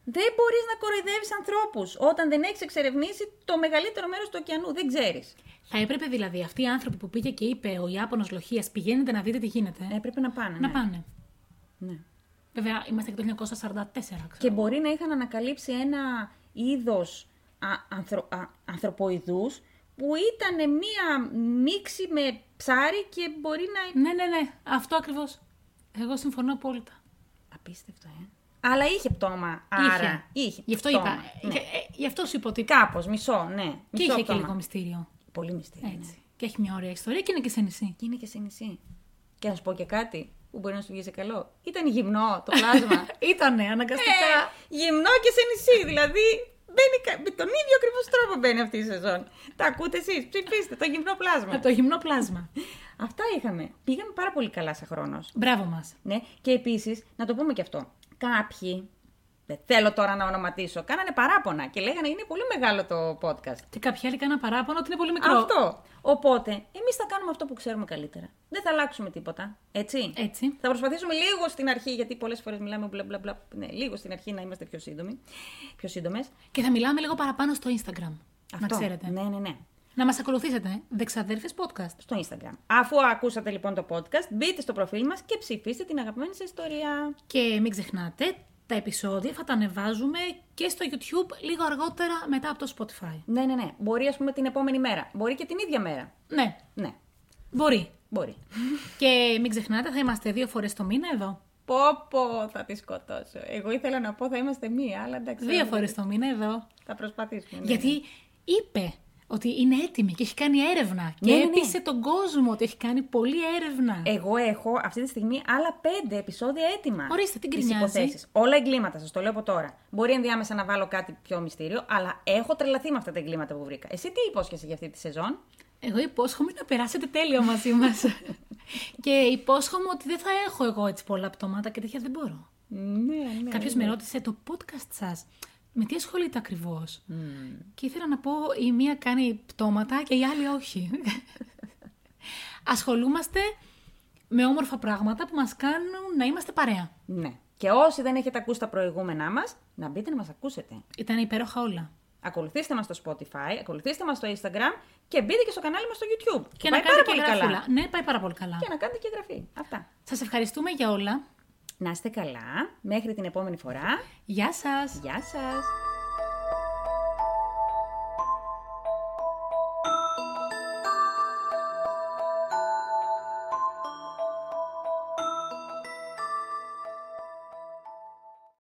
Δεν μπορείς να κοροϊδεύεις ανθρώπους όταν δεν έχεις εξερευνήσει το μεγαλύτερο μέρος του ωκεανού. Δεν ξέρεις. Θα έπρεπε δηλαδή αυτοί οι άνθρωποι που πήγε και είπε ο Ιάπωνος Λοχίας, πηγαίνετε να δείτε τι γίνεται. Έπρεπε να πάνε. να ναι. πάνε. Ναι. Βέβαια, είμαστε και το 1944. Ξέρω. Και μπορεί να είχαν ανακαλύψει ένα είδος ανθρω... α- ανθρωποειδούς που ήταν μία μίξη με ψάρι και μπορεί να. Ναι, ναι, ναι. Αυτό ακριβώς. Εγώ συμφωνώ απόλυτα. Απίστευτο, ε. Αλλά είχε πτώμα. Άρα. Είχε. Γι' αυτό πτώμα, είπα. Ναι. ε, ε, Γι' αυτό σου είπα ότι. Κάπως, μισό, ναι. Και Μισό είχε και πτώμα. λίγο μυστήριο. Πολύ μυστήριο. ναι. Έτσι. Και έχει μια ωραία ιστορία και είναι και σε νησί. Και είναι και σε νησί. Και να σου πω και κάτι που μπορεί να σου βγει σε καλό. Ήταν γυμνό το πλάσμα. Ήτανε, ε, αναγκαστικά. γυμνό και σε νησί. Δηλαδή, μπαίνει, κα- με τον ίδιο ακριβώς τρόπο μπαίνει αυτή η σεζόν. Τα ακούτε εσείς, ψηφίστε το γυμνό πλάσμα. Από Ε, το γυμνό πλάσμα. Αυτά είχαμε. Πήγαμε πάρα πολύ καλά σαν χρόνος. Μπράβο μας. Ναι, και επίσης, να το πούμε και αυτό. Κάποιοι, δεν θέλω τώρα να ονοματίσω, κάνανε παράπονα και λέγανε είναι πολύ μεγάλο το podcast. Και κάποιοι άλλοι κάναν παράπονο ότι είναι πολύ μικρό. Αυτό. Οπότε, εμείς θα κάνουμε αυτό που ξέρουμε καλύτερα. Δεν θα αλλάξουμε τίποτα. Έτσι. Έτσι. Θα προσπαθήσουμε λίγο στην αρχή, γιατί πολλές φορές μιλάμε μπλα μπλα μπλα. Ναι, λίγο στην αρχή να είμαστε πιο σύντομοι. Πιο σύντομες. Και θα μιλάμε λίγο παραπάνω στο Instagram. Να ξέρετε. Ναι, ναι, ναι. Να μας ακολουθήσετε. ε. Δεξαδέρφες podcast. Στο Instagram. Αφού ακούσατε λοιπόν το podcast, μπείτε στο προφίλ μας και ψηφίστε την αγαπημένη σας ιστορία. Και μην ξεχνάτε, τα επεισόδια θα τα ανεβάζουμε και στο YouTube λίγο αργότερα μετά από το Spotify. Ναι, ναι, ναι. Μπορεί, ας πούμε, την επόμενη μέρα. Μπορεί και την ίδια μέρα. Ναι, Ναι, μπορεί. μπορεί. και μην ξεχνάτε, θα είμαστε δύο φορές το μήνα εδώ. Πω, πω, θα τη σκοτώσω. Εγώ ήθελα να πω θα είμαστε μία, αλλά εντάξει. Δύο φορές το μήνα εδώ. Θα προσπαθήσουμε. ναι. Γιατί είπε ότι είναι έτοιμη και έχει κάνει έρευνα. Και Ναι, ναι, Ε. ναι. έπεισε τον κόσμο ότι έχει κάνει πολλή έρευνα. Εγώ έχω αυτή τη στιγμή άλλα πέντε επεισόδια έτοιμα. Ορίστε, τι Τις γκρινιάζει. υποθέσεις. Όλα εγκλήματα, σας το λέω από τώρα. Μπορεί ενδιάμεσα να βάλω κάτι πιο μυστήριο, αλλά έχω τρελαθεί με αυτά τα εγκλήματα που βρήκα. Εσύ τι υπόσχεσαι για αυτή τη σεζόν. Εγώ υπόσχομαι να περάσετε τέλεια μαζί μας. και υπόσχομαι ότι δεν θα έχω εγώ έτσι πολλά πτώματα και τέτοια δεν μπορώ. Ναι, ναι. Κάποιος με ρώτησε το podcast σας. Με τι ασχολείται ακριβώς. Και ήθελα να πω, η μία κάνει πτώματα και η άλλη όχι. Ασχολούμαστε με όμορφα πράγματα που μας κάνουν να είμαστε παρέα. Ναι. Και όσοι δεν έχετε ακούσει τα προηγούμενά μας, να μπείτε να μας ακούσετε. Ήταν υπέροχα όλα. Ακολουθήστε μας στο Spotify, ακολουθήστε μας στο Instagram και μπείτε και στο κανάλι μας στο YouTube. που Και πάει να κάνετε πάρα και πολύ γραφούλα. καλά. Ναι, πάει πάρα πολύ καλά. Και να κάνετε και εγγραφή. Αυτά. Σας ευχαριστούμε για όλα. Να είστε καλά. Μέχρι την επόμενη φορά. Γεια σας. Γεια σας.